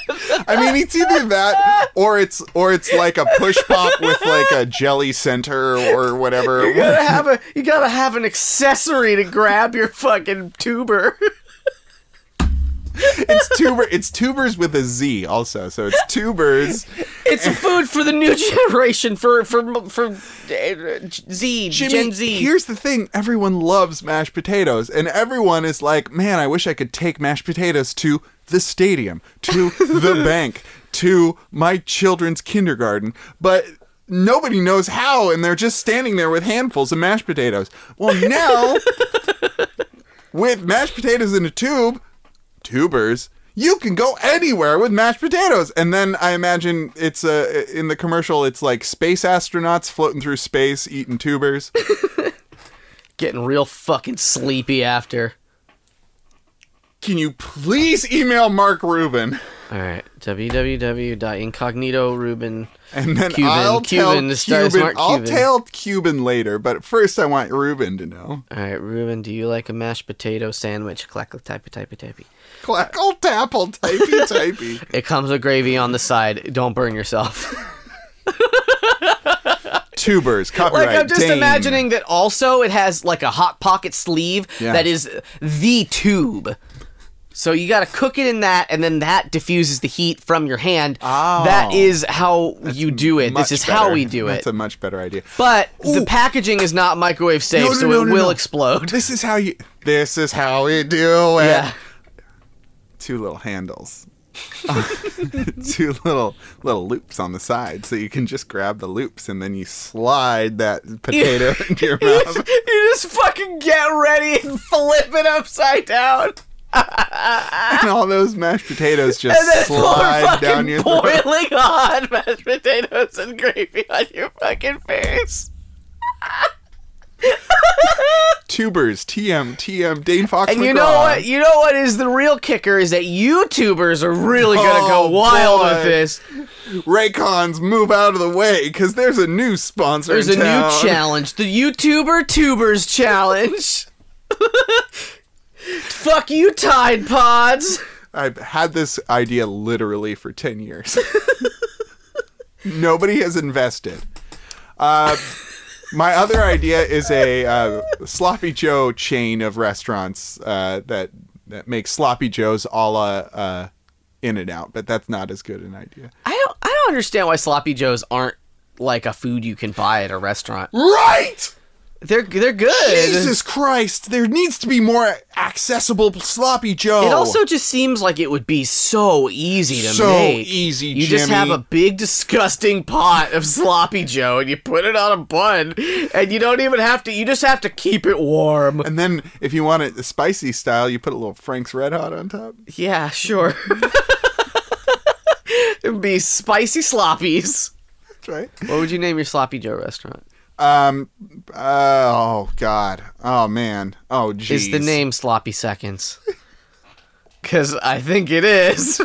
S2: I mean, it's either that or it's or it's like a push pop with like a jelly center or whatever.
S1: you gotta have a you gotta have an accessory to grab your fucking tuber.
S2: It's tuber. It's tubers with a Z also. So it's tubers.
S1: It's a food for the new generation for for for uh, Z Gen Z.
S2: Here's the thing: everyone loves mashed potatoes, and everyone is like, "Man, I wish I could take mashed potatoes to the stadium, to the bank, to my children's kindergarten." But nobody knows how, and they're just standing there with handfuls of mashed potatoes. Well, now with mashed potatoes in a tube, tubers. You can go anywhere with mashed potatoes, and then I imagine it's uh, in the commercial. It's like space astronauts floating through space eating tubers.
S1: Getting real fucking sleepy after.
S2: Can you please email Mark Rubin?
S1: All right, www.incognito.ruben.
S2: And then
S1: Cuban,
S2: I'll
S1: Cuban,
S2: tell
S1: this guy is
S2: Cuban.
S1: Mark
S2: I'll
S1: Cuban.
S2: tell Cuban later, but first I want Rubin to know.
S1: All right, Ruben, do you like a mashed potato sandwich? Clack, clack, typey, typey, typey.
S2: Clackle tapple typey typey.
S1: It comes with gravy on the side. Don't burn yourself.
S2: Tubers, copyright.
S1: like I'm just
S2: Dane.
S1: imagining that. Also, it has like a hot pocket sleeve
S2: Yeah.
S1: that is the tube. So you got to cook it in that, and then that diffuses the heat from your hand.
S2: Oh.
S1: that is how you do it.
S2: Much
S1: This is
S2: better.
S1: how we do
S2: That's
S1: it.
S2: a much better idea.
S1: but
S2: Ooh.
S1: the packaging is not microwave safe,
S2: No, no,
S1: so
S2: no,
S1: it
S2: no,
S1: will
S2: no.
S1: explode.
S2: This is how you. This is how we do it.
S1: Yeah.
S2: Two little handles. Two little little loops on the side, so you can just grab the loops and then you slide that potato into your
S1: you
S2: mouth.
S1: just, you just fucking get ready and flip it upside down.
S2: and all those mashed potatoes
S1: and then
S2: just
S1: pour
S2: slide
S1: fucking
S2: down your throat.
S1: boiling hot mashed potatoes and gravy on your fucking face.
S2: Tubers, TM, TM, Dane Fox.
S1: And you
S2: McGraw.
S1: know what? You know what is the real kicker is that YouTubers are really gonna
S2: Oh,
S1: go wild
S2: boy.
S1: with this.
S2: Raycons, move out of the way because there's a new sponsor.
S1: There's a
S2: in town.
S1: new challenge, the YouTuber Tubers Challenge. Fuck you, Tide Pods.
S2: I've had this idea literally for 10 years. Nobody has invested. Uh, my other idea is a uh, Sloppy Joe chain of restaurants uh, that, that make Sloppy Joes a la uh, In and Out, but that's not as good an idea.
S1: I don't. I don't understand why sloppy joes aren't like a food you can buy at a restaurant.
S2: Right!
S1: They're they're good.
S2: Jesus Christ, there needs to be more accessible Sloppy Joe.
S1: It also just seems like it would be Oh. so easy to
S2: So
S1: make.
S2: easy,
S1: You just
S2: Jimmy.
S1: have a big disgusting pot of sloppy joe and you put it on a bun and you don't even have to you just have to keep it warm.
S2: And then if you want it spicy style, you put a little Frank's Red Hot on top.
S1: Yeah, sure. It'd be spicy sloppies.
S2: That's right.
S1: What would you name your sloppy joe restaurant?
S2: Um. Uh, oh God. Oh man. Oh jeez.
S1: Is the name Sloppy Seconds? Cuz I think it is.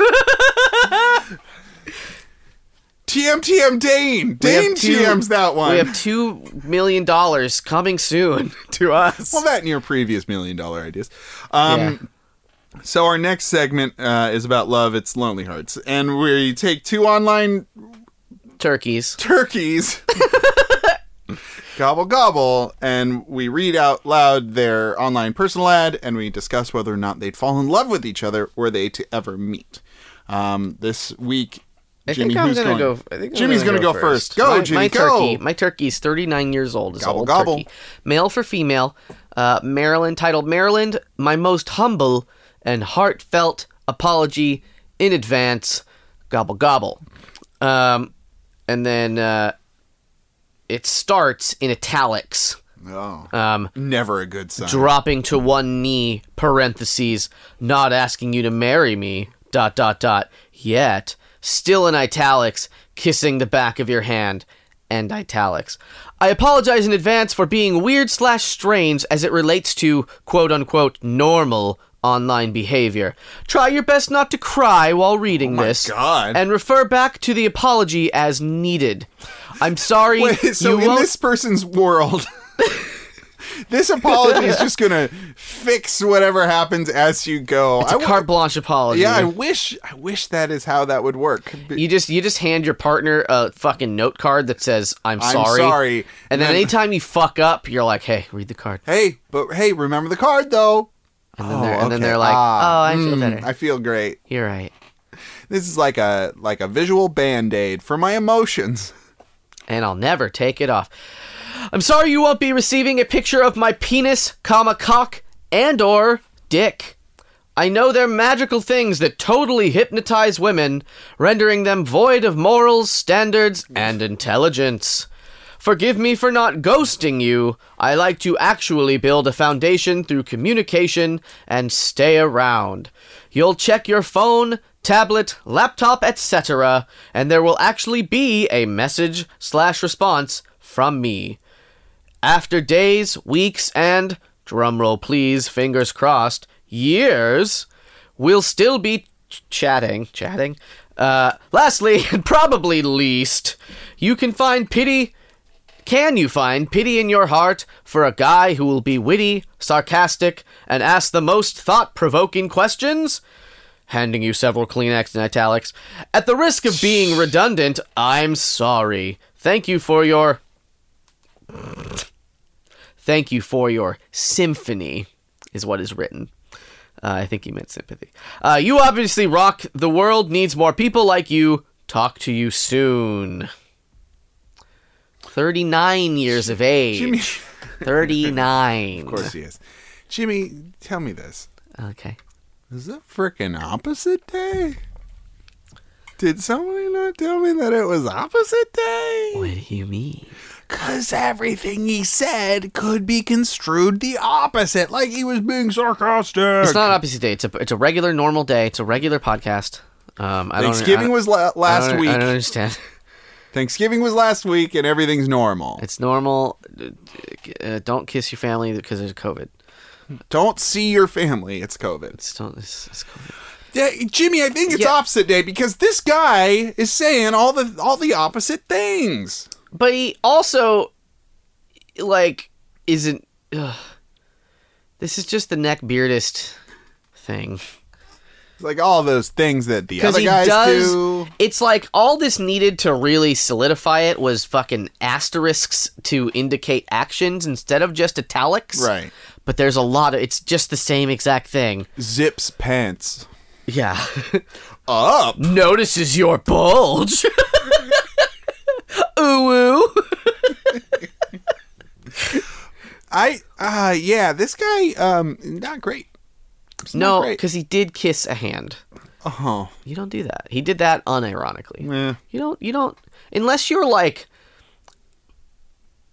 S2: TMTM Dane?
S1: We have
S2: Dane
S1: two-
S2: TMs that one.
S1: We have 2 million dollars coming soon to us.
S2: well, that and your previous million dollar ideas. Um. So our next segment uh, is about love. It's Lonely Hearts, and we take two online
S1: Turkeys.
S2: turkeys. gobble gobble and we read out loud their online personal ad and we discuss whether or not they'd fall in love with each other were they to ever meet um, this week
S1: I
S2: jimmy
S1: think I'm
S2: who's
S1: gonna
S2: going
S1: go. I think I'm
S2: jimmy's
S1: gonna,
S2: go, first. go
S1: my,
S2: jimmy
S1: my
S2: go
S1: turkey. My turkey's 39 years old. Is
S2: Gobble,
S1: old
S2: gobble.
S1: turkey. Male for female. Uh, Maryland titled Maryland. My most humble and heartfelt apology in advance. Gobble gobble. Um, and then uh, it starts in italics.
S2: oh,
S1: Um,
S2: never a good sign
S1: dropping to one knee parentheses not asking you to marry me dot dot dot yet still in italics kissing the back of your hand and italics. I apologize in advance for being weird slash strange as it relates to quote unquote normal online behavior. Try your best not to cry while reading
S2: Oh my
S1: this
S2: God.
S1: and refer back to the apology as needed. I'm sorry
S2: Wait, so
S1: you
S2: in
S1: won't
S2: this person's world, this apology is just gonna fix whatever happens as you go.
S1: it's a
S2: I w-
S1: carte blanche apology.
S2: yeah, I wish I wish that is how that would work. B-
S1: You just you just hand your partner a fucking note card that says I'm
S2: I'm
S1: sorry.
S2: sorry.
S1: And then
S2: And-
S1: anytime you fuck up, you're like, "Hey, read the card."
S2: hey, but hey, remember the card though. Ah.
S1: And then they're and then they're like, "Oh, I feel better."
S2: hmm, I feel great.
S1: You're right.
S2: This is like a like a visual band aid for my emotions.
S1: and I'll never take it off. I'm sorry you won't be receiving a picture of my penis, comma cock, and or dick. I know they're magical things that totally hypnotize women, rendering them void of morals, standards, and intelligence. Forgive me for not ghosting you. I like to actually build a foundation through communication and stay around. You'll check your phone, tablet, laptop, etc., and there will actually be a message slash response from me. After days, weeks, and drumroll please, fingers crossed, years, we'll still be ch- chatting, chatting. Uh, lastly, and probably least, you can find pity can you find pity in your heart for a guy who will be witty, sarcastic, and ask the most thought provoking questions? Handing you several Kleenex in italics. At the risk of being redundant, I'm sorry. Thank you for your. Thank you for your symphony, is what is written. Uh, I think he meant sympathy. Uh, you obviously rock. The world needs more people like you. Talk to you soon. 39 years of age.
S2: Jimmy,
S1: 39.
S2: of course he is. Jimmy, tell me this:
S1: Okay.
S2: is it frickin' opposite day? Did somebody not tell me that it was opposite day?
S1: What do you mean?
S2: Because everything he said could be construed the opposite, like he was being sarcastic.
S1: It's not opposite day. It's a it's a regular normal day. It's a regular podcast. Um, I don't- I
S2: Thanksgiving
S1: don't,
S2: was la-
S1: I
S2: last
S1: don't-
S2: week.
S1: I don't understand.
S2: Thanksgiving was last week, and everything's normal.
S1: It's normal. Uh, don't kiss your family because there's COVID.
S2: Don't see your family. It's COVID.
S1: It's don't. It's, it's COVID.
S2: Yeah, Jimmy, I think it's
S1: Yeah.
S2: opposite day because this guy is saying all the all the opposite things.
S1: But he also, like, isn't. Ugh. This is just the neck beardist thing.
S2: It's like all those things that the
S1: because
S2: other
S1: he
S2: guys
S1: does.
S2: do.
S1: It's like all this needed to really solidify it was fucking asterisks to indicate actions instead of just italics.
S2: Right.
S1: But there's a lot of it's just the same exact thing.
S2: Zips pants
S1: Yeah.
S2: up.
S1: Notices your bulge. Ooh. ooh.
S2: I uh yeah, this guy um not great. It's not
S1: No,
S2: great.
S1: because he did kiss a hand.
S2: oh
S1: You don't do that. He did that unironically.
S2: yeah.
S1: You don't. You don't. Unless you're like.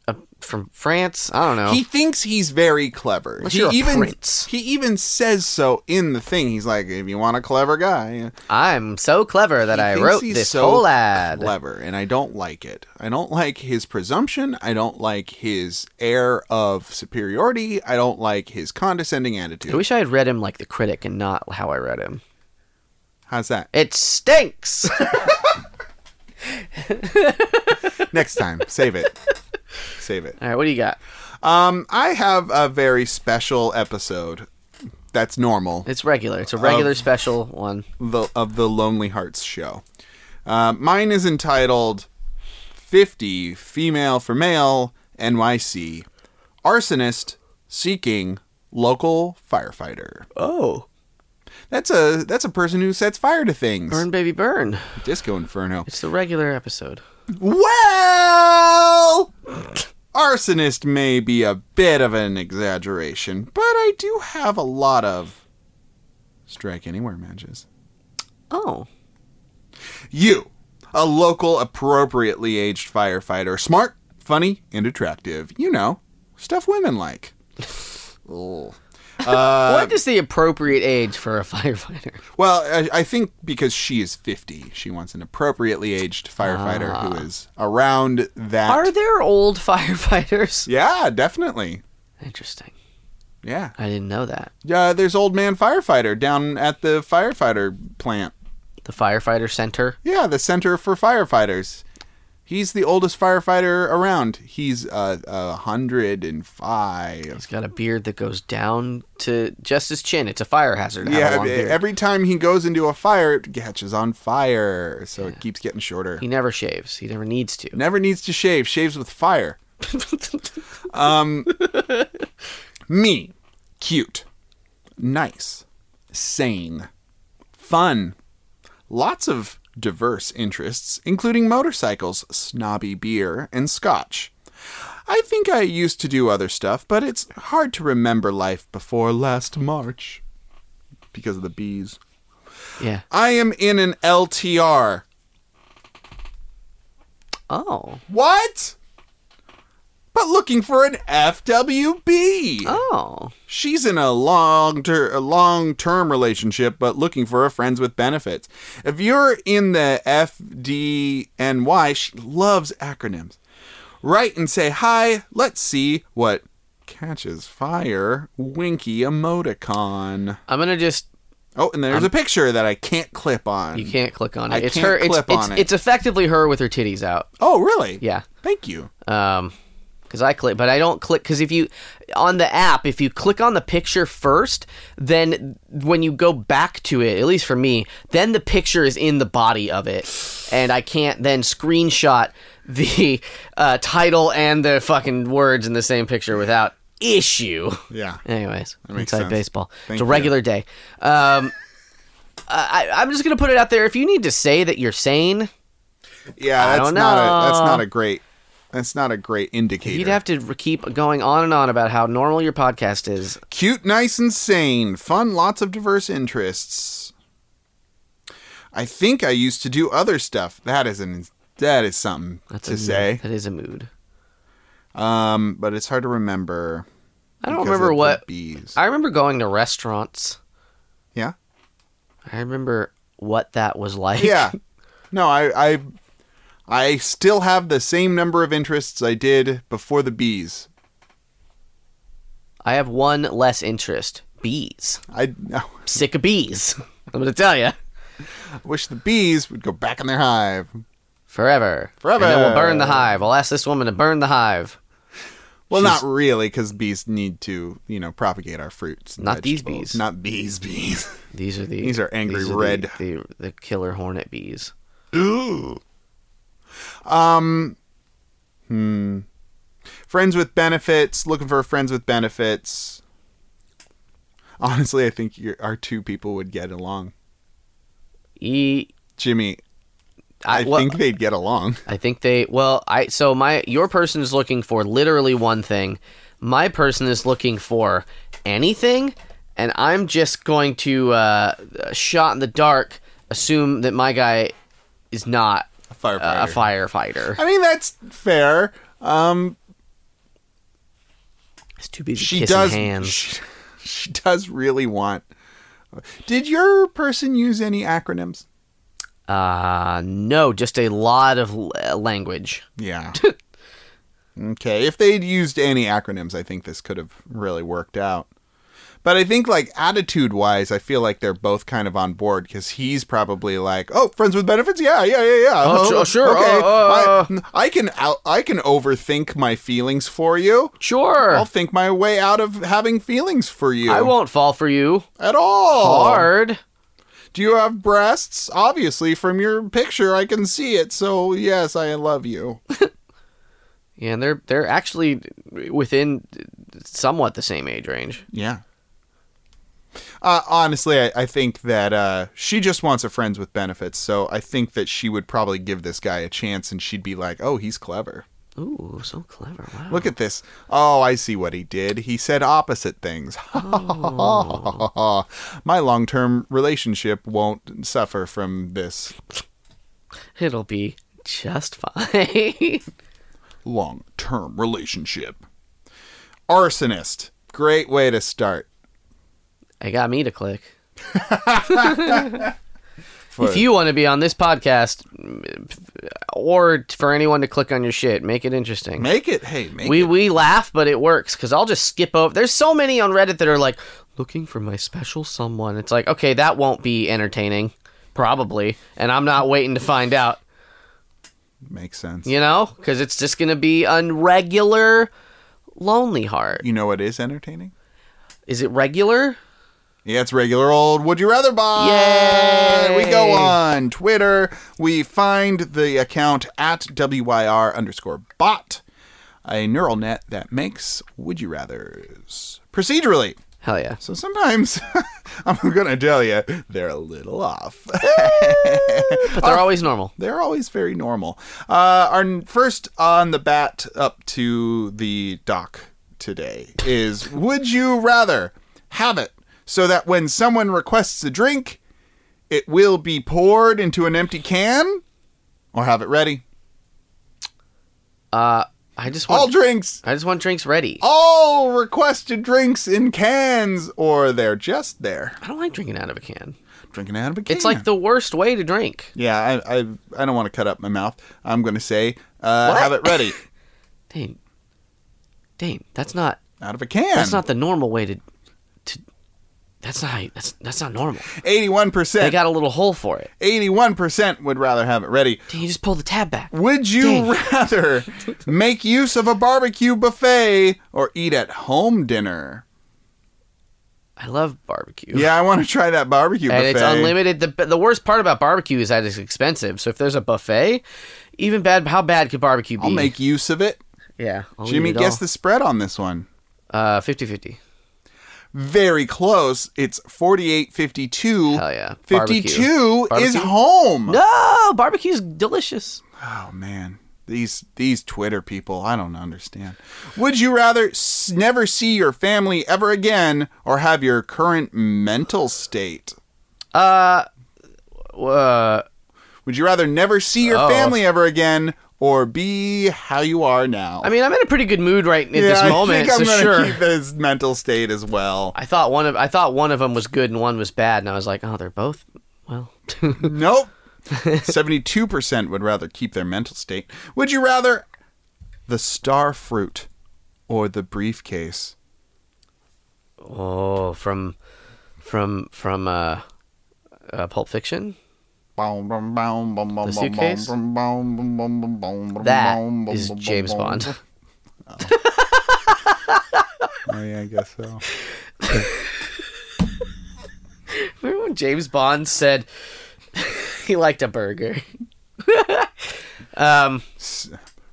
S1: uh, From France, I don't know.
S2: He thinks he's very clever.
S1: Unless
S2: He
S1: you're a
S2: even
S1: prince.
S2: he even says so in the thing. He's like, if you want a clever guy,
S1: I'm so clever that
S2: He
S1: I
S2: thinks
S1: wrote
S2: he's
S1: this
S2: so
S1: whole ad.
S2: clever, and I don't like it. I don't like his presumption. I don't like his air of superiority. I don't like his condescending
S1: I
S2: attitude.
S1: wish I had read him like the critic and not how I read him.
S2: How's that?
S1: It stinks.
S2: Next time, save it. Save it.
S1: All right, what do you got?
S2: Um, I have a very special episode. That's normal.
S1: It's regular. It's a regular special one.
S2: the of the Lonely Hearts show. Uh, mine is entitled 50 Female for Male NYC Arsonist Seeking Local Firefighter.
S1: Oh,
S2: That's a that's a person who sets fire to things.
S1: burn baby burn.
S2: Disco Inferno.
S1: It's the regular episode.
S2: Well, arsonist may be a bit of an exaggeration, but I do have a lot of strike anywhere matches.
S1: Oh,
S2: You, a local, appropriately aged firefighter, smart, funny, and attractive. You know, stuff women like. Ugh. Uh,
S1: what is the appropriate age for a firefighter?
S2: well, I, I think because she is 50, she wants an appropriately aged firefighter who is around that.
S1: Ah. Are there old firefighters?
S2: yeah, definitely.
S1: Interesting.
S2: Yeah.
S1: I didn't know that.
S2: Yeah, there's old man firefighter down at the firefighter plant.
S1: The firefighter center.
S2: Yeah, the Center for Firefighters. He's the oldest firefighter around. He's uh, a hundred and five.
S1: He's got a beard that goes down to just his chin. It's a fire hazard. to have a
S2: Yeah,
S1: long beard.
S2: every time he goes into a fire, it catches on fire, so it keeps getting shorter.
S1: he never shaves. He never needs to.
S2: Never needs to shave. Shaves with fire. Um, me, cute, nice, sane, fun, lots of diverse interests, including motorcycles, snobby beer, and scotch. I think I used to do other stuff, but it's hard to remember life before last March because of the bees.
S1: yeah.
S2: I am in an LTR.
S1: Oh.
S2: What? But looking for an FWB.
S1: Oh.
S2: She's in a long ter- a long term relationship, but looking for a friends with benefits. If you're in the FDNY, she loves acronyms. Write and say hi. Let's see what catches fire. Winky emoticon.
S1: I'm gonna just.
S2: Oh, and there's a picture that I can't clip on.
S1: You can't click on it.
S2: I
S1: it's
S2: can't
S1: her. It's
S2: clip
S1: it's,
S2: on it.
S1: it's effectively her with her titties out.
S2: Oh, really?
S1: Yeah.
S2: Thank you.
S1: Um. Because I click, but I don't click. Because if you on the app, if you click on the picture first, then when you go back to it, at least for me, then the picture is in the body of it, and I can't then screenshot the uh, title and the fucking words in the same picture without issue.
S2: Yeah.
S1: Anyways,
S2: makes
S1: inside
S2: sense.
S1: baseball.
S2: Thank
S1: it's a regular day. Um, I, I'm just gonna put it out there. If you need to say that you're sane,
S2: Yeah,
S1: I
S2: that's
S1: don't
S2: not a that's
S1: know.
S2: not a great that's not a great indicator.
S1: you'd have to re- keep going on and on about how normal your podcast is.
S2: Cute, nice, and sane. Fun, lots of diverse interests. I think I used to do other stuff. That is an that is something
S1: That's
S2: to
S1: a
S2: say.
S1: That is a mood.
S2: Um, but it's hard to remember.
S1: I don't
S2: because
S1: remember
S2: of the
S1: what.
S2: bees.
S1: I remember going to restaurants.
S2: yeah,
S1: I remember what that was like.
S2: yeah. No, I I I still have the same number of interests I did before the bees.
S1: I have one less interest. Bees.
S2: I, I
S1: Sick of bees. I'm gonna tell you.
S2: wish the bees would go back in their hive.
S1: Forever.
S2: Forever.
S1: And then we'll burn the hive. I'll ask this woman to burn the hive.
S2: Well, not really, because bees need to, you know, propagate our fruits. and
S1: Not these
S2: vegetables.
S1: bees.
S2: Not bees, bees.
S1: These are the
S2: These are angry
S1: the-
S2: red.
S1: the, the killer hornet bees.
S2: Ooh. Um. Hmm. Friends with benefits. Looking for friends with benefits. Honestly, I think your, our two people would get along.
S1: E.
S2: Jimmy, I,
S1: I, well,
S2: think they'd get along.
S1: I think they. Well, I. So my your person is looking for literally one thing. My person is looking for anything, and I'm just going to uh, shot in the dark. Assume that my guy is not
S2: A firefighter.
S1: uh, a firefighter.
S2: I mean, that's fair. Um,
S1: It's too busy
S2: she
S1: kissing
S2: does.
S1: hands.
S2: She, she does really want. Did your person use any acronyms?
S1: uh, no, just a lot of l- uh, language.
S2: Yeah. okay. If they'd used any acronyms, I think this could have really worked out. But I think, like, attitude wise, I feel like they're both kind of on board because he's probably like, oh, friends with benefits? Yeah, yeah, yeah, yeah.
S1: Oh, su- sure,
S2: Okay.
S1: uh, uh,
S2: I, I, can out, I can overthink my feelings for you.
S1: Sure,
S2: I'll think my way out of having feelings for you.
S1: I won't fall for you.
S2: At all.
S1: Hard.
S2: Do you have breasts? Obviously, from your picture, I can see it. So, yes, I love you.
S1: Yeah, and they're they're actually within somewhat the same age range.
S2: Yeah. Uh, honestly, I, I think that uh, she just wants a friends with benefits. So I think that she would probably give this guy a chance, and she'd be like, "Oh, he's clever.
S1: Ooh, so clever! Wow.
S2: Look at this. Oh, I see what he did. He said opposite things. My long-term relationship won't suffer from this
S1: It'll be just fine.
S2: long-term relationship." Arsonist. Great way to start.
S1: It got me to click. if you want to be on this podcast, mm, or for anyone to click on your shit, make it interesting.
S2: Make it. Hey, make
S1: we
S2: it.
S1: we laugh, but it works because I'll just skip over. There's so many on Reddit that are like looking for my special someone. It's like okay, that won't be entertaining, probably, and I'm not waiting to find out.
S2: Makes sense.
S1: You know, because it's just gonna be unregular, lonely heart.
S2: You know what is entertaining?
S1: Is it regular?
S2: Yeah, it's regular old Would You Rather Bot.
S1: Yay!
S2: We go on Twitter. We find the account at WYR underscore bot, a neural net that makes Would You Rathers procedurally.
S1: Hell yeah.
S2: So sometimes I'm going to tell you they're a little off.
S1: But they're
S2: Oh.
S1: always normal.
S2: They're always very normal. Uh, our n- first on the bat up to the dock today is Would you rather have it so that when someone requests a drink, it will be poured into an empty can or have it ready?
S1: Uh, I just want
S2: All drinks,
S1: I just want drinks ready.
S2: all requested drinks in cans or they're just there.
S1: I don't like drinking out of a can.
S2: Drinking out of a can.
S1: It's like the worst way to drink.
S2: Yeah, I, I, I don't want to cut up my mouth. I'm going to say uh,
S1: What?
S2: have it ready
S1: Dane, Dane, that's not
S2: out of a can.
S1: that's not the normal way to to. That's not how you- that's that's not normal.
S2: 81%.
S1: They got a little hole for it.
S2: 81% would rather have it ready.
S1: Dane, you just pull the tab back.
S2: Would you
S1: Dang.
S2: rather make use of a barbecue buffet or eat at home dinner?
S1: I love barbecue.
S2: Yeah, I want to try that barbecue
S1: and
S2: buffet.
S1: it's unlimited. The the worst part about barbecue is that it's expensive. So if there's a buffet, even bad, how bad could barbecue be?
S2: I'll make use of it.
S1: yeah. I'll eat
S2: Jimmy,
S1: it
S2: guess
S1: all.
S2: the spread on this one.
S1: uh 50-50.
S2: Very close. It's 48 52.
S1: Hell yeah.
S2: 52 is
S1: Barbecue?
S2: home.
S1: No, barbecue's delicious.
S2: Oh man, these these Twitter people, I don't understand. Would you rather s- never see your family ever again or have your current mental state?
S1: Uh,
S2: Would you rather never see your
S1: Oh.
S2: family ever again or be how you are now?
S1: I mean, I'm in a pretty good mood right at this
S2: I
S1: moment,
S2: think I'm
S1: so
S2: gonna
S1: sure.
S2: keep his mental state as well.
S1: I thought one of I thought one of them was good and one was bad, and I was like, oh, they're both well.
S2: Nope. 72% would rather keep their mental state. Would you rather the star fruit or the briefcase?
S1: oh, from from from uh, uh Pulp Fiction.
S2: The
S1: suitcase? That is James Bond.
S2: Oh yeah, I guess so.
S1: Remember when James Bond said he liked a burger?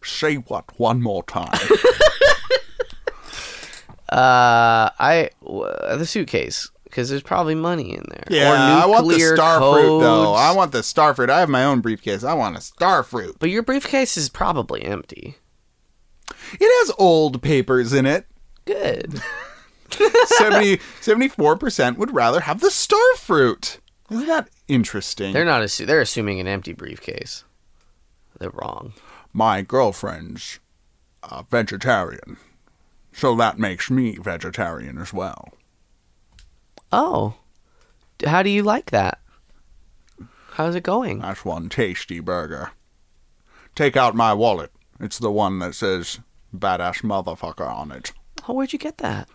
S2: Say what one more time?
S1: Uh, I w- the suitcase because there's probably money in there. Or
S2: I want the
S1: nuclear
S2: star fruit though.
S1: codes.
S2: I want the star fruit. I have my own briefcase. I want a star fruit.
S1: but your briefcase is probably empty.
S2: It has old papers in it.
S1: Good.
S2: 74 percent would rather have the star fruit. Isn't that interesting?
S1: They're not. Assu- they're assuming an empty briefcase. They're wrong.
S2: my girlfriend's a vegetarian, so that makes me vegetarian as well.
S1: Oh, D- how do you like that? How's it going?
S2: That's one tasty burger. Take out my wallet. It's the one that says "badass motherfucker" on it.
S1: Oh, where'd you get that?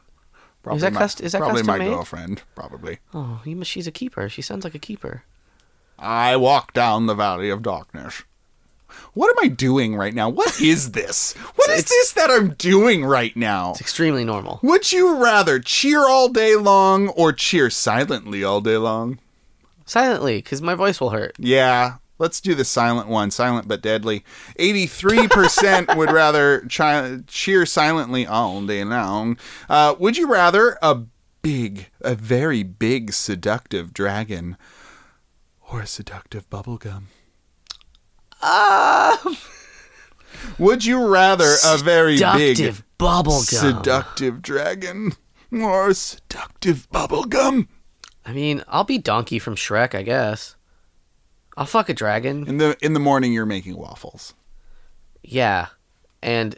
S2: Probably
S1: that
S2: my,
S1: cust- is that
S2: probably my
S1: custom-made?
S2: girlfriend? Probably.
S1: Oh, you must, she's a keeper. She sounds like a keeper.
S2: I walk down the valley of darkness. What am I doing right now? What is this? What is
S1: It's-
S2: this that I'm doing right now?
S1: It's extremely normal.
S2: Would you rather cheer all day long or cheer silently all day long?
S1: Silently, because my voice will hurt.
S2: Yeah, let's do the silent one, silent but deadly. 83% would rather chi- cheer silently all day long. Uh, would you rather a big, a very big seductive dragon or a seductive bubblegum? Um. Would you rather a very big
S1: Seductive bubble gum.
S2: seductive dragon or a seductive bubblegum?
S1: I mean, I'll be Donkey from Shrek, I guess. I'll fuck a dragon.
S2: In the in the morning you're making waffles.
S1: Yeah. And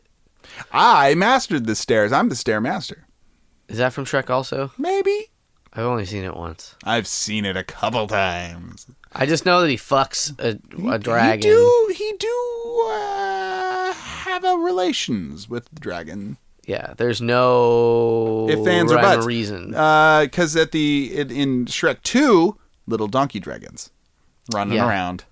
S2: I mastered the stairs. I'm the stair master.
S1: is that from Shrek also?
S2: Maybe.
S1: I've only seen it once.
S2: I've seen it a couple times.
S1: I just know that he fucks a, a dragon.
S2: He do he do uh, have a relations with the dragon.
S1: Yeah, there's no
S2: If fans are
S1: rhyme or
S2: butts.
S1: reason.
S2: Because Uh, at the in, in Shrek Two, little donkey dragons running
S1: Yeah.
S2: around.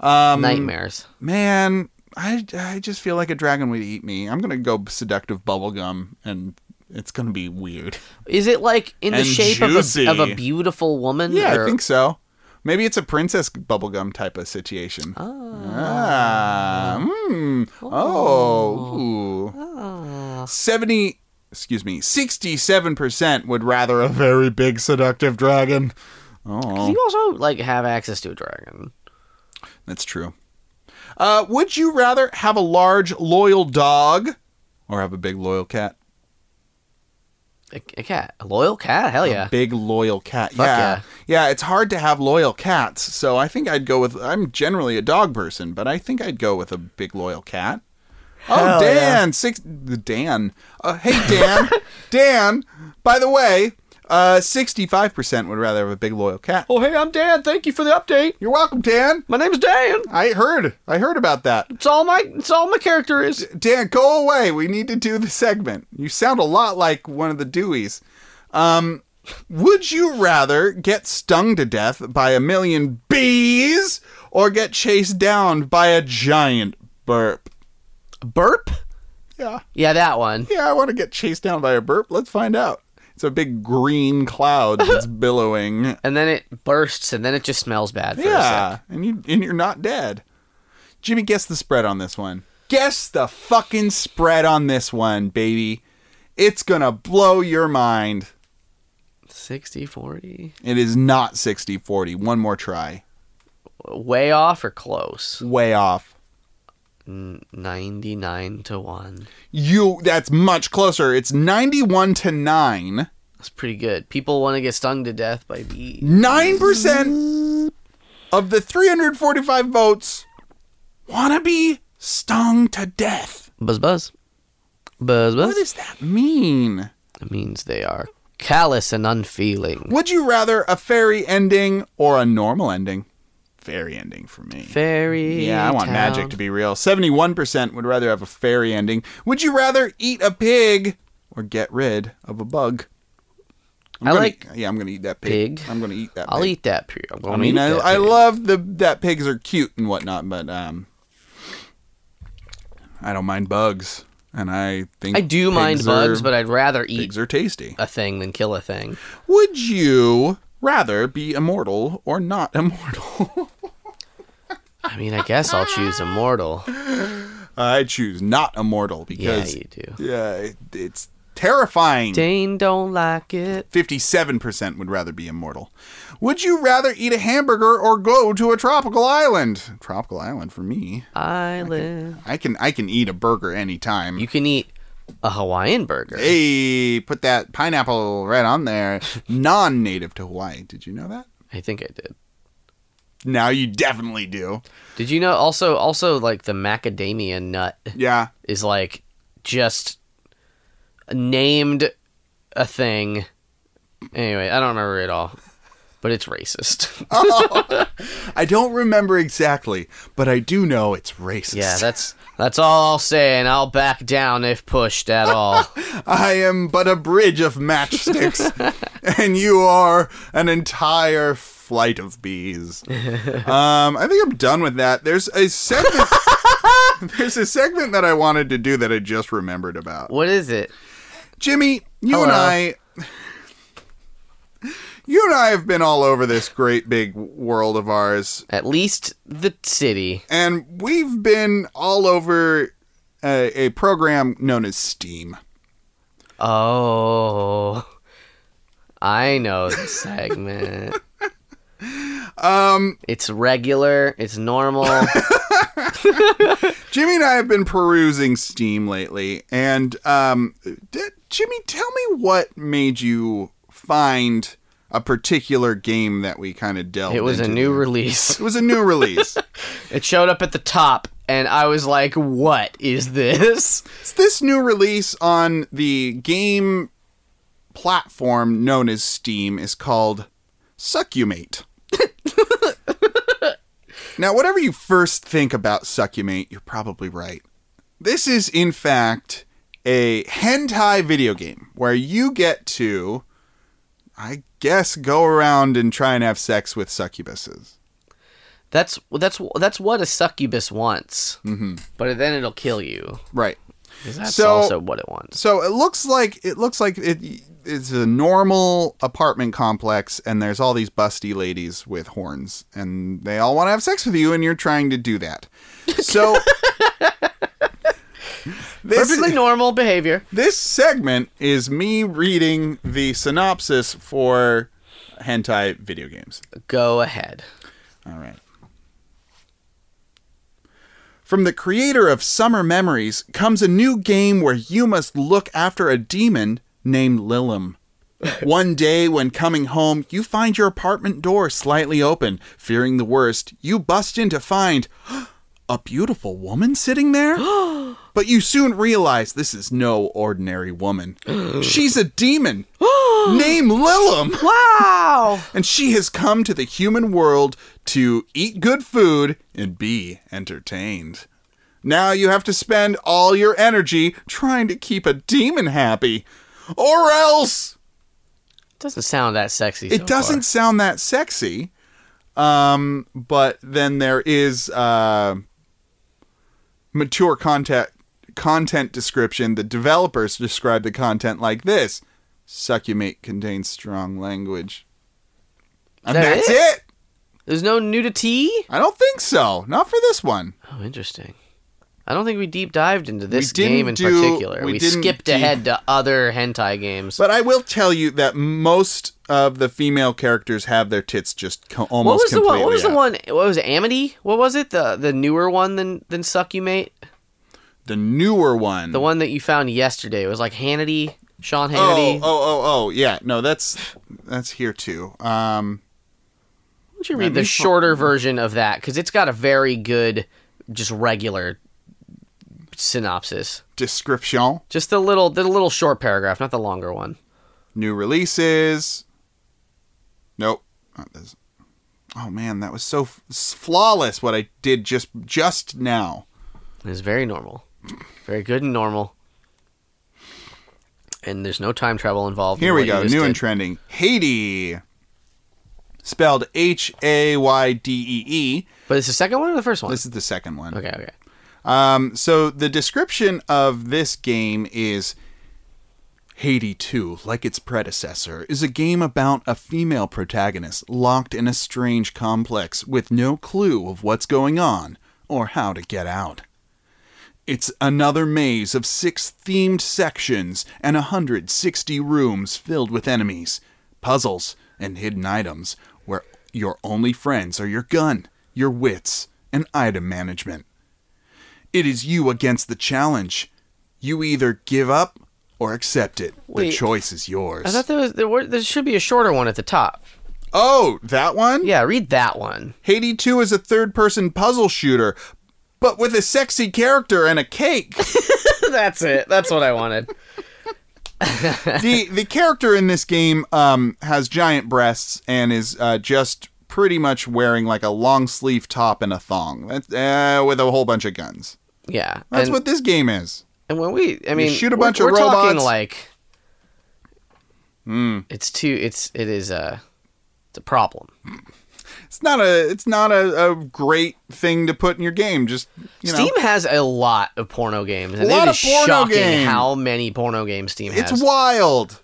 S2: Um,
S1: Nightmares.
S2: man, I I just feel like a dragon would eat me. I'm gonna go seductive bubblegum and. It's gonna be weird.
S1: Is it like in the
S2: And
S1: shape of a,
S2: juicy.
S1: of a beautiful woman?
S2: Yeah,
S1: or-
S2: I think so. Maybe it's a princess bubblegum type of situation. Ah. mm. Oh. ooh.
S1: Oh.
S2: 70 excuse me 67% would rather a very big seductive dragon oh
S1: You also like have access to a dragon.
S2: that's true uh, would you rather have a large loyal dog or have a big loyal cat
S1: A, a cat, a loyal cat. Hell yeah.
S2: big loyal cat
S1: Fuck
S2: yeah. yeah it's hard to have loyal cats so i think i'd go with i'm generally a dog person but i think i'd go with a big loyal cat oh
S1: Hell
S2: dan six dan uh, hey dan dan by the way uh, 65% would rather have a big loyal cat
S1: Oh hey, I'm Dan. Thank you for the update.
S2: You're welcome, Dan.
S1: My name's Dan.
S2: I heard. I heard about that.
S1: It's all my it's all my character is.
S2: Dan, go away. We need to do the segment. You sound a lot like one of the Deweys. Um, would you rather get stung to death by a million bees or get chased down by a giant burp?
S1: Burp?
S2: Yeah.
S1: Yeah, that one.
S2: Yeah, I want to get chased down by a burp. Let's find out. It's a big green cloud that's billowing.
S1: And then it bursts, and then it just smells bad. For yeah.
S2: Yeah, and you and you're not dead. Jimmy, guess the spread on this one. Guess the fucking spread on this one, baby. It's gonna blow your mind.
S1: 60, 40.
S2: It is not 60 40. One more try.
S1: Way off or close?
S2: Way off.
S1: N- 99 to 1.
S2: You that's much closer. It's 91 to 9.
S1: That's pretty good. People want to get stung to death by bees.
S2: 9% of the 345 votes wanna be stung to death.
S1: Buzz buzz. Buzz
S2: What
S1: buzz.
S2: does that mean?
S1: It means they are callous and unfeeling.
S2: Would you rather a fairy ending or a normal ending? Fairy ending for me.
S1: Fairy.
S2: yeah, I want
S1: town.
S2: magic to be real. 71% would rather have a fairy ending. Would you rather eat a pig or get rid of a bug? I'm
S1: I
S2: gonna-
S1: like
S2: Yeah, I'm going to eat that pig.
S1: pig.
S2: I'm going to eat that
S1: I'll
S2: pig.
S1: eat that. Pure. I'm gonna
S2: I mean,
S1: eat
S2: I,
S1: that
S2: I
S1: pure.
S2: love the that pigs are cute and whatnot, but um, I don't mind bugs, and I think
S1: I do mind
S2: pigs
S1: bugs,
S2: are-
S1: but I'd rather eat
S2: pigs are tasty.
S1: a thing than kill a thing.
S2: Would you rather be immortal or not immortal?
S1: I mean, I guess I'll choose immortal.
S2: I choose not immortal
S1: Yeah,
S2: because
S1: you do.
S2: yeah, it, it's terrifying.
S1: Dane don't like it.
S2: 57% would rather be immortal. Would you rather eat a hamburger or go to a tropical island? Tropical island for me.
S1: Island.
S2: I can I can eat a burger anytime.
S1: You can eat a Hawaiian burger.
S2: hey, put that pineapple right on there. Non-native to Hawaii. Did you know that?
S1: I think I did.
S2: Now you definitely do.
S1: Did you know also also like the macadamia nut
S2: Yeah.
S1: is like just named a thing. Anyway, I don't remember it all, but it's racist.
S2: I don't remember exactly, but I do know it's racist.
S1: yeah, that's that's all I'll say, and I'll back down if pushed at all.
S2: I am but a bridge of matchsticks, and you are an entire flight of bees. Um, I think I'm done with that. There's a segment. there's a segment that I wanted to do that I just remembered about.
S1: what is it?
S2: Jimmy, you and
S1: Hello.
S2: I. You and I have been all over this great big world of ours,
S1: At least the city.
S2: and we've been all over a, a program known as Steam.
S1: Oh, I know the segment. um, it's regular. It's normal.
S2: Jimmy and I have been perusing Steam lately, and um, d- Jimmy, tell me what made you find a particular game that we kind of delved.
S1: it was a
S2: into
S1: new
S2: there.
S1: release.
S2: It was a new release.
S1: It showed up at the top, and I was like, "What is this?"
S2: it's this new release on the game platform known as Steam is called Succumate. now, whatever you first think about Succumate, you're probably right. This is, in fact, a hentai video game where you get to, I guess, go around and try and have sex with succubuses.
S1: That's that's that's what a succubus wants, mm-hmm. but then it'll kill you.
S2: Right.
S1: 'cause That's
S2: So-
S1: also what it wants.
S2: So it looks like it looks like it it's a normal apartment complex, and there's all these busty ladies with horns, and they all want to have sex with you, and you're trying to do that. So this,
S1: Perfectly normal behavior.
S2: this segment is me reading the synopsis for hentai video games.
S1: Go ahead.
S2: All right. From the creator of Summer Memories comes a new game where you must look after a demon named Lilum. One day, when coming home, you find your apartment door slightly open. Fearing the worst, you bust in to find a beautiful woman sitting there. But you soon realize this is no ordinary woman. She's a demon named Lilum
S1: Wow.
S2: and she has come to the human world to eat good food and be entertained. Now you have to spend all your energy trying to keep a demon happy, or else
S1: doesn't sound that sexy. so
S2: it doesn't
S1: far.
S2: sound that sexy. Um, but then there is uh, mature content content description. The developers describe the content like this: Succumate contains strong language. And
S1: that
S2: that's
S1: it?
S2: it.
S1: There's no nudity.
S2: I don't think so. Not for this one.
S1: Oh, interesting. I don't think we deep dived into this
S2: didn't
S1: game in
S2: do-
S1: particular.
S2: we
S1: We,
S2: didn't
S1: skipped
S2: deep-
S1: ahead to other hentai games.
S2: But I will tell you that most of the female characters have their tits just co-
S1: what
S2: almost
S1: was the
S2: completely
S1: one? What was
S2: out.
S1: the one? What was it, Amity? What was it? The the newer one than than Succumate.
S2: The newer one.
S1: The one that you found yesterday. It was like Hannity, Sean
S2: Oh,
S1: Hannity.
S2: oh, oh, oh, yeah. No, that's that's here too. Um,
S1: Why don't you
S2: Let
S1: read the
S2: me fi-
S1: shorter version of that? Because it's got a very good, just regular synopsis.
S2: description,
S1: Just the little, the little short paragraph, not the longer one.
S2: new releases. Nope. Not this. Oh man, that was so f- flawless what I did just just now.
S1: It's very normal, very good and normal. And there's no time travel involved. in
S2: Here we
S1: what you
S2: go.
S1: just
S2: New
S1: did.
S2: and trending. Haiti. Spelled H A Y D E E.
S1: But it's the second one or the first one?
S2: This is the second one.
S1: Okay, okay.
S2: Um, so the description of this game is Haiti 2, like its predecessor, is a game about a female protagonist locked in a strange complex with no clue of what's going on or how to get out. It's another maze of six themed sections and 160 rooms filled with enemies, puzzles, and hidden items where your only friends are your gun, your wits, and item management. It is you against the challenge. You either give up or accept it.
S1: Wait.
S2: the choice is yours.
S1: I thought there was there were there should be a shorter one at the top.
S2: oh, that one?
S1: Yeah, read that one.
S2: Haiti 2 is a third person puzzle shooter, but with a sexy character and a cake.
S1: That's it. That's what I wanted.
S2: the the character in this game um, has giant breasts and is uh, just pretty much wearing like a long sleeve top and a thong That's, uh, with a whole bunch of guns.
S1: Yeah,
S2: That's
S1: and,
S2: what this game is.
S1: And when we, I mean,
S2: shoot a
S1: we're-
S2: bunch of
S1: we're Talking
S2: robots. Hmm.
S1: like, it's too. It's it is a. It's a problem.
S2: It's not a it's not a, a great thing to put in your game. Just you know,
S1: Steam has a lot of porno games, and
S2: Lot
S1: it
S2: of
S1: is
S2: porno
S1: shocking
S2: games.
S1: how many porno games Steam
S2: it's
S1: has.
S2: wild.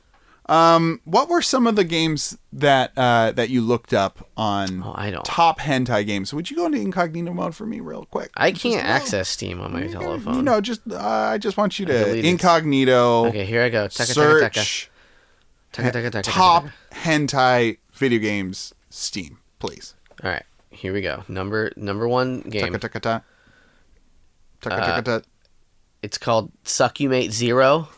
S2: Um, what were some of the games that uh, that you looked up on
S1: Oh, I don't.
S2: top hentai games? Would you go into incognito mode for me real quick?
S1: I can't
S2: no.
S1: access Steam on my telephone.
S2: You know, just uh, I just want you to
S1: deleted.
S2: incognito.
S1: okay, here I go. Taka, taka, taka.
S2: search
S1: Taka, taka, taka,
S2: top
S1: taka.
S2: hentai video games Steam, please.
S1: All right, here we go. Number number one game. Uh,
S2: Taka taka ta. Taka taka ta.
S1: It's called Succumate Zero.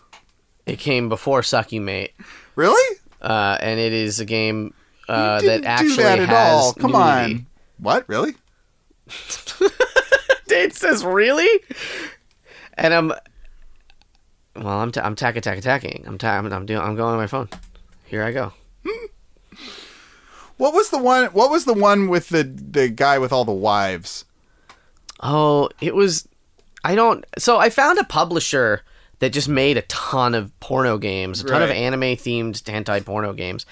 S1: It came before Succumate,
S2: Really?
S1: uh, and it is a game
S2: You
S1: uh,
S2: didn't
S1: that actually
S2: do that at
S1: has
S2: all. Come
S1: nudity.
S2: on. What? Really?
S1: Dave says, "Really?" And I'm Well, I'm t- I'm tack attack attacking. I'm ta- I'm I'm doing I'm going on my phone. Here I go.
S2: What was the one? What was the one with the the guy with all the wives?
S1: Oh, it was. I don't. So I found a publisher that just made a ton of porno games, a ton of
S2: Right.
S1: anime themed hentai porno games,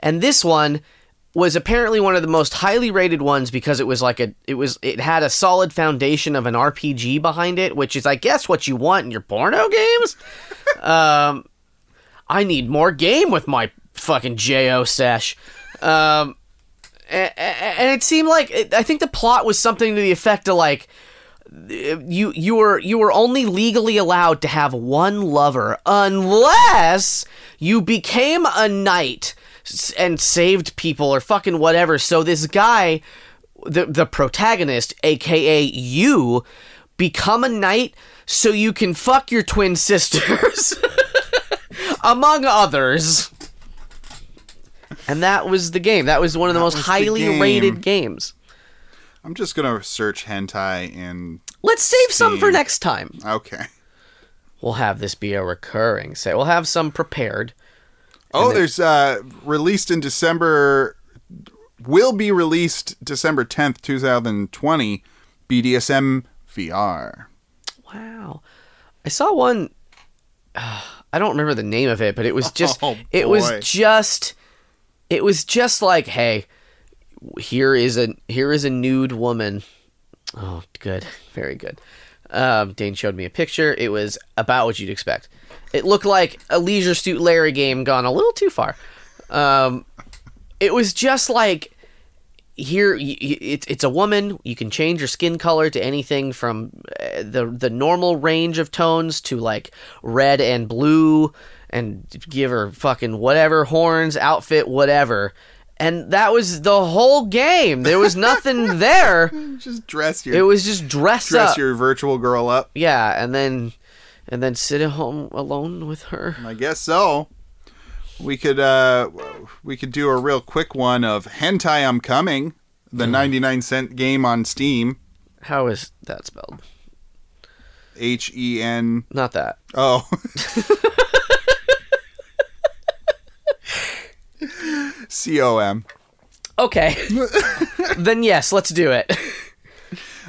S1: and this one was apparently one of the most highly rated ones because it was like a it was it had a solid foundation of an RPG behind it, which is I guess what you want in your porno games. um, I need more game with my fucking jo sesh. Um, a- a- and it seemed like it, I think the plot was something to the effect of like you you were you were only legally allowed to have one lover unless you became a knight s- and saved people or fucking whatever. So this guy, the the protagonist, aka you, become a knight so you can fuck your twin sisters, among others. And that was the game. That was one of the most
S2: was the
S1: highly
S2: game.
S1: rated games.
S2: I'm just gonna search hentai and
S1: Let's save some for
S2: Steam.
S1: next time.
S2: okay.
S1: we'll have this be a recurring set. We'll have some prepared.
S2: Oh, there's uh released in December. Will be released December 10th, 2020. BDSM VR.
S1: Wow. I saw one I don't remember the name of it, but it was just
S2: Oh,
S1: it was
S2: boy.
S1: just it was just like, hey, here is a here is a nude woman. Oh, good. Very good. Um, Dane showed me a picture. It was about what you'd expect. It looked like a Leisure Suit Larry game gone a little too far. Um, it was just like here y- y- it's it's a woman you can change your skin color to anything from uh, the the normal range of tones to like red and blue and give her fucking whatever horns outfit whatever and that was the whole game there was nothing there
S2: Just dress your
S1: it was just dress,
S2: dress
S1: up
S2: your virtual girl up.
S1: yeah and then and then sit at home alone with her
S2: I guess so. We could uh we could do a real quick one of Hentai I'm Coming, the 99 cent game on Steam.
S1: how is that spelled
S2: H E N
S1: not that
S2: Oh. C O M.
S1: okay then yes let's do it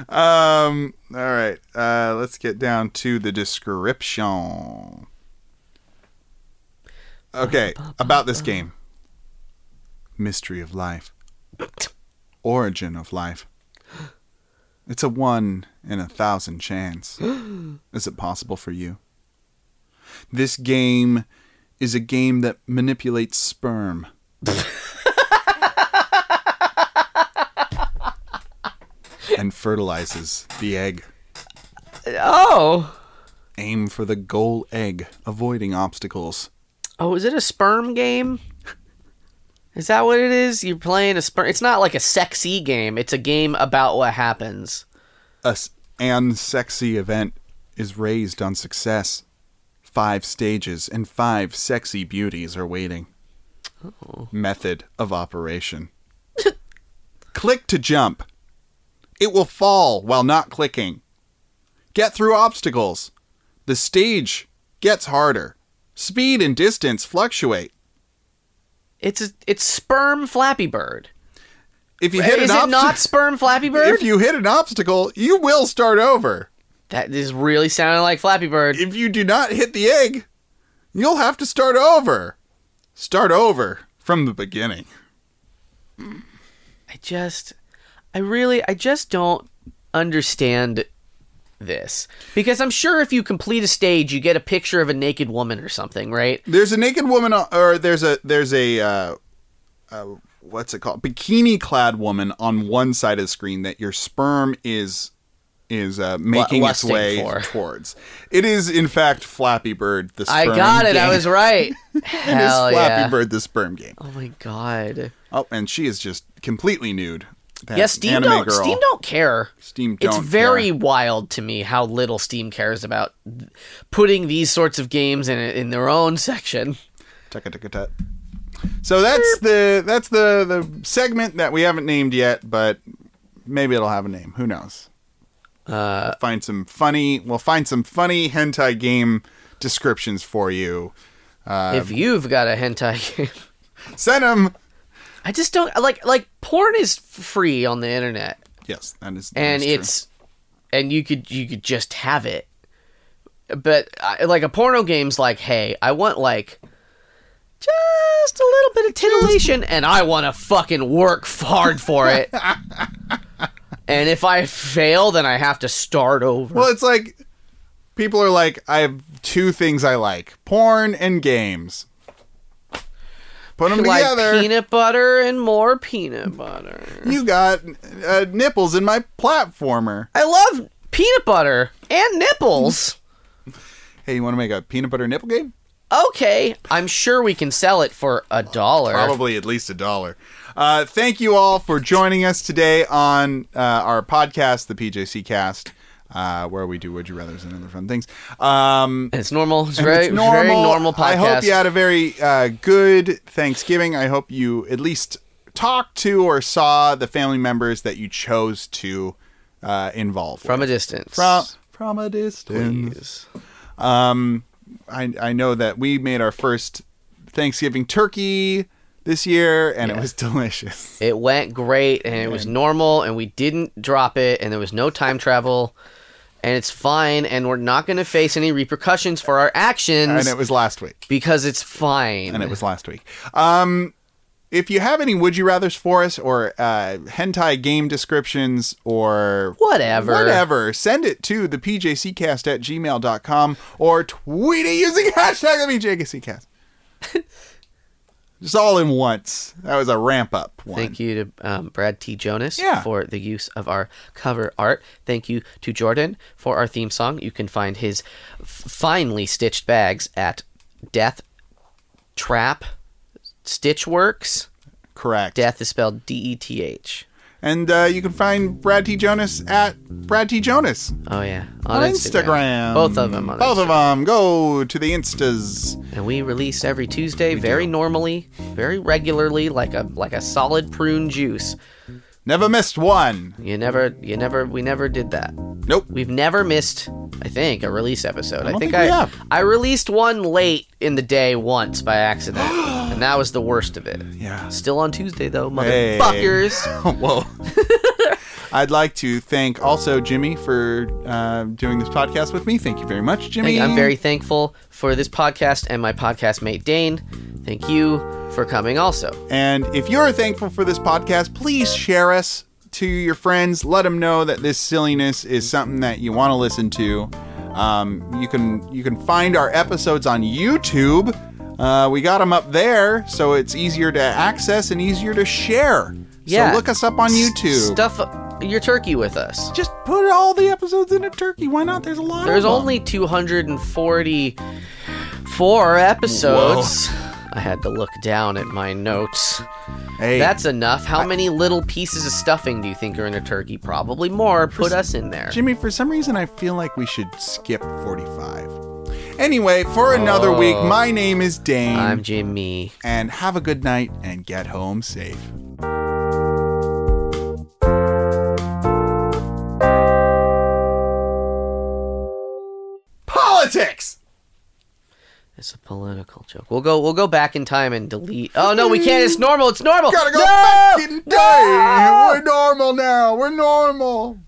S2: Um all right. Uh let's get down to the description. Okay, about this game. Mystery of life. Origin of life. It's a one in a thousand chance. Is it possible for you? This game is a game that manipulates sperm. and fertilizes the egg.
S1: oh
S2: Aim for the goal egg, avoiding obstacles.
S1: Oh, is it a sperm game? Is that what it is? You're playing a sperm. It's not like a sexy game. It's a game about what happens.
S2: A s- an sexy event is raised on success. Five stages and five sexy beauties are waiting.
S1: Oh.
S2: Method of operation click to jump. It will fall while not clicking. Get through obstacles. The stage gets harder. Speed and distance fluctuate.
S1: It's a, it's sperm Flappy Bird.
S2: If you hit
S1: is it
S2: an obstacle,
S1: not sperm Flappy Bird?
S2: if you hit an obstacle, you will start over.
S1: that is really sounding like Flappy Bird.
S2: if you do not hit the egg, you'll have to start over. Start over from the beginning.
S1: I just, I really, I just don't understand this because I'm sure if you complete a stage, you get a picture of a naked woman or something, right?
S2: There's a naked woman, on- or there's a there's a uh, uh, what's it called? Bikini clad woman on one side of the screen that your sperm is is uh, making its
S1: lusting
S2: way
S1: for.
S2: towards. It is in fact Flappy Bird the
S1: I
S2: sperm.
S1: got it.
S2: Game.
S1: I was right.
S2: it is
S1: Hell
S2: Flappy
S1: yeah.
S2: Bird the sperm game.
S1: Oh my god.
S2: Oh, and she is just completely nude. That
S1: Yeah, Steam
S2: anime
S1: don't
S2: girl.
S1: Steam don't care.
S2: Steam
S1: It's
S2: don't
S1: very
S2: care.
S1: wild to me how little Steam cares about th- putting these sorts of games in in their own section.
S2: Tucka tucka tut. So that's the that's the the segment that we haven't named yet, but maybe it'll have a name. Who knows?
S1: Uh,
S2: Find some funny. We'll find some funny hentai game descriptions for you. Um,
S1: if you've got a hentai game,
S2: Send them.
S1: I just don't like like porn is free on the internet.
S2: Yes, that is. that
S1: and
S2: is true.
S1: it's and you could you could just have it but I, like a porno game's like hey i want like just a little bit of titillation and i want to fucking work hard for it and if i fail then i have to start over
S2: well, it's like people are like, I have two things I like: porn and games. Put them
S1: like
S2: together.
S1: peanut butter and more peanut butter
S2: you got uh, nipples in my platformer.
S1: i love peanut butter and nipples
S2: Hey, you want to make a peanut butter nipple game?
S1: okay i'm sure we can sell it for a dollar
S2: Probably at least a dollar. Uh, thank you all for joining us today on uh, our podcast, the PJC Cast, uh, where we do Would You Rather's and other fun things. Um,
S1: it's normal it's
S2: and
S1: very
S2: it's
S1: very normal podcast
S2: I hope you had a very uh, good Thanksgiving. I hope you at least talked to or saw the family members that you chose to uh, involve
S1: from a
S2: with.
S1: distance.
S2: from from a distance.
S1: Please.
S2: Um, I, I know that we made our first Thanksgiving turkey this year, and it was delicious.
S1: It went great and it was normal and we didn't drop it and there was no time travel and it's fine and we're not going to face any repercussions for our
S2: And
S1: actions
S2: it was last week.
S1: because it's fine.
S2: And it was last week. Um, if you have any would you rather's for us or uh, hentai game descriptions or
S1: Whatever.
S2: whatever, send it to the pjccast at gmail.com or tweet it using hashtag the pjccast. Just all in once. That was a ramp up one.
S1: Thank you to um, Brad T. Jonas
S2: Yeah.
S1: for the use of our cover art. Thank you to Jordan for our theme song. You can find his f- finely stitched bags at Death Trap Stitchworks.
S2: Correct.
S1: Death is spelled D E T H.
S2: And uh, you can find Brad T. Jonas at Brad T. Jonas
S1: Oh yeah,
S2: on Instagram.
S1: Both of them on
S2: Both
S1: Instagram.
S2: of them. Go to the Instas.
S1: And we release every Tuesday, very normally, very regularly, like a like a solid prune juice.
S2: Never missed one.
S1: You never, you never, we never did that.
S2: Nope.
S1: We've never missed, I think, a release episode. I,
S2: don't
S1: think,
S2: think we
S1: I
S2: have.
S1: I released one late in the day once by accident, and that was the worst of it.
S2: Yeah.
S1: Still on Tuesday though,
S2: Hey.
S1: motherfuckers.
S2: Whoa. I'd like to thank also Jimmy for uh, doing this podcast with me. Thank you very much, Jimmy.
S1: Thank- I'm very thankful for this podcast and my podcast mate Dane. Thank you for coming also.
S2: And if you're thankful for this podcast, please share us to your friends. Let them know that this silliness is something that you want to listen to. Um, you can you can find our episodes on YouTube. Uh, we got them up there, so it's easier to access and easier to share.
S1: Yeah.
S2: So look us up on
S1: S-
S2: YouTube.
S1: Stuff your turkey with us.
S2: Just put all the episodes in a turkey. Why not? There's a lot.
S1: There's
S2: of them.
S1: only 244 episodes. I had to look down at my notes.
S2: Hey,
S1: That's enough. How many little pieces of stuffing do you think are in a turkey? Probably more. Put us in there.
S2: Jimmy, for some reason, I feel like we should skip 45. Anyway, for another week, my name is Dane.
S1: Oh. I'm Jimmy.
S2: and have a good night and get home safe. Politics!
S1: It's a political joke. We'll go. We'll go back in time and delete. Oh no, we can't. It's normal. It's normal.
S2: Gotta go
S1: No!
S2: back in
S1: No!
S2: day! We're normal now! We're normal!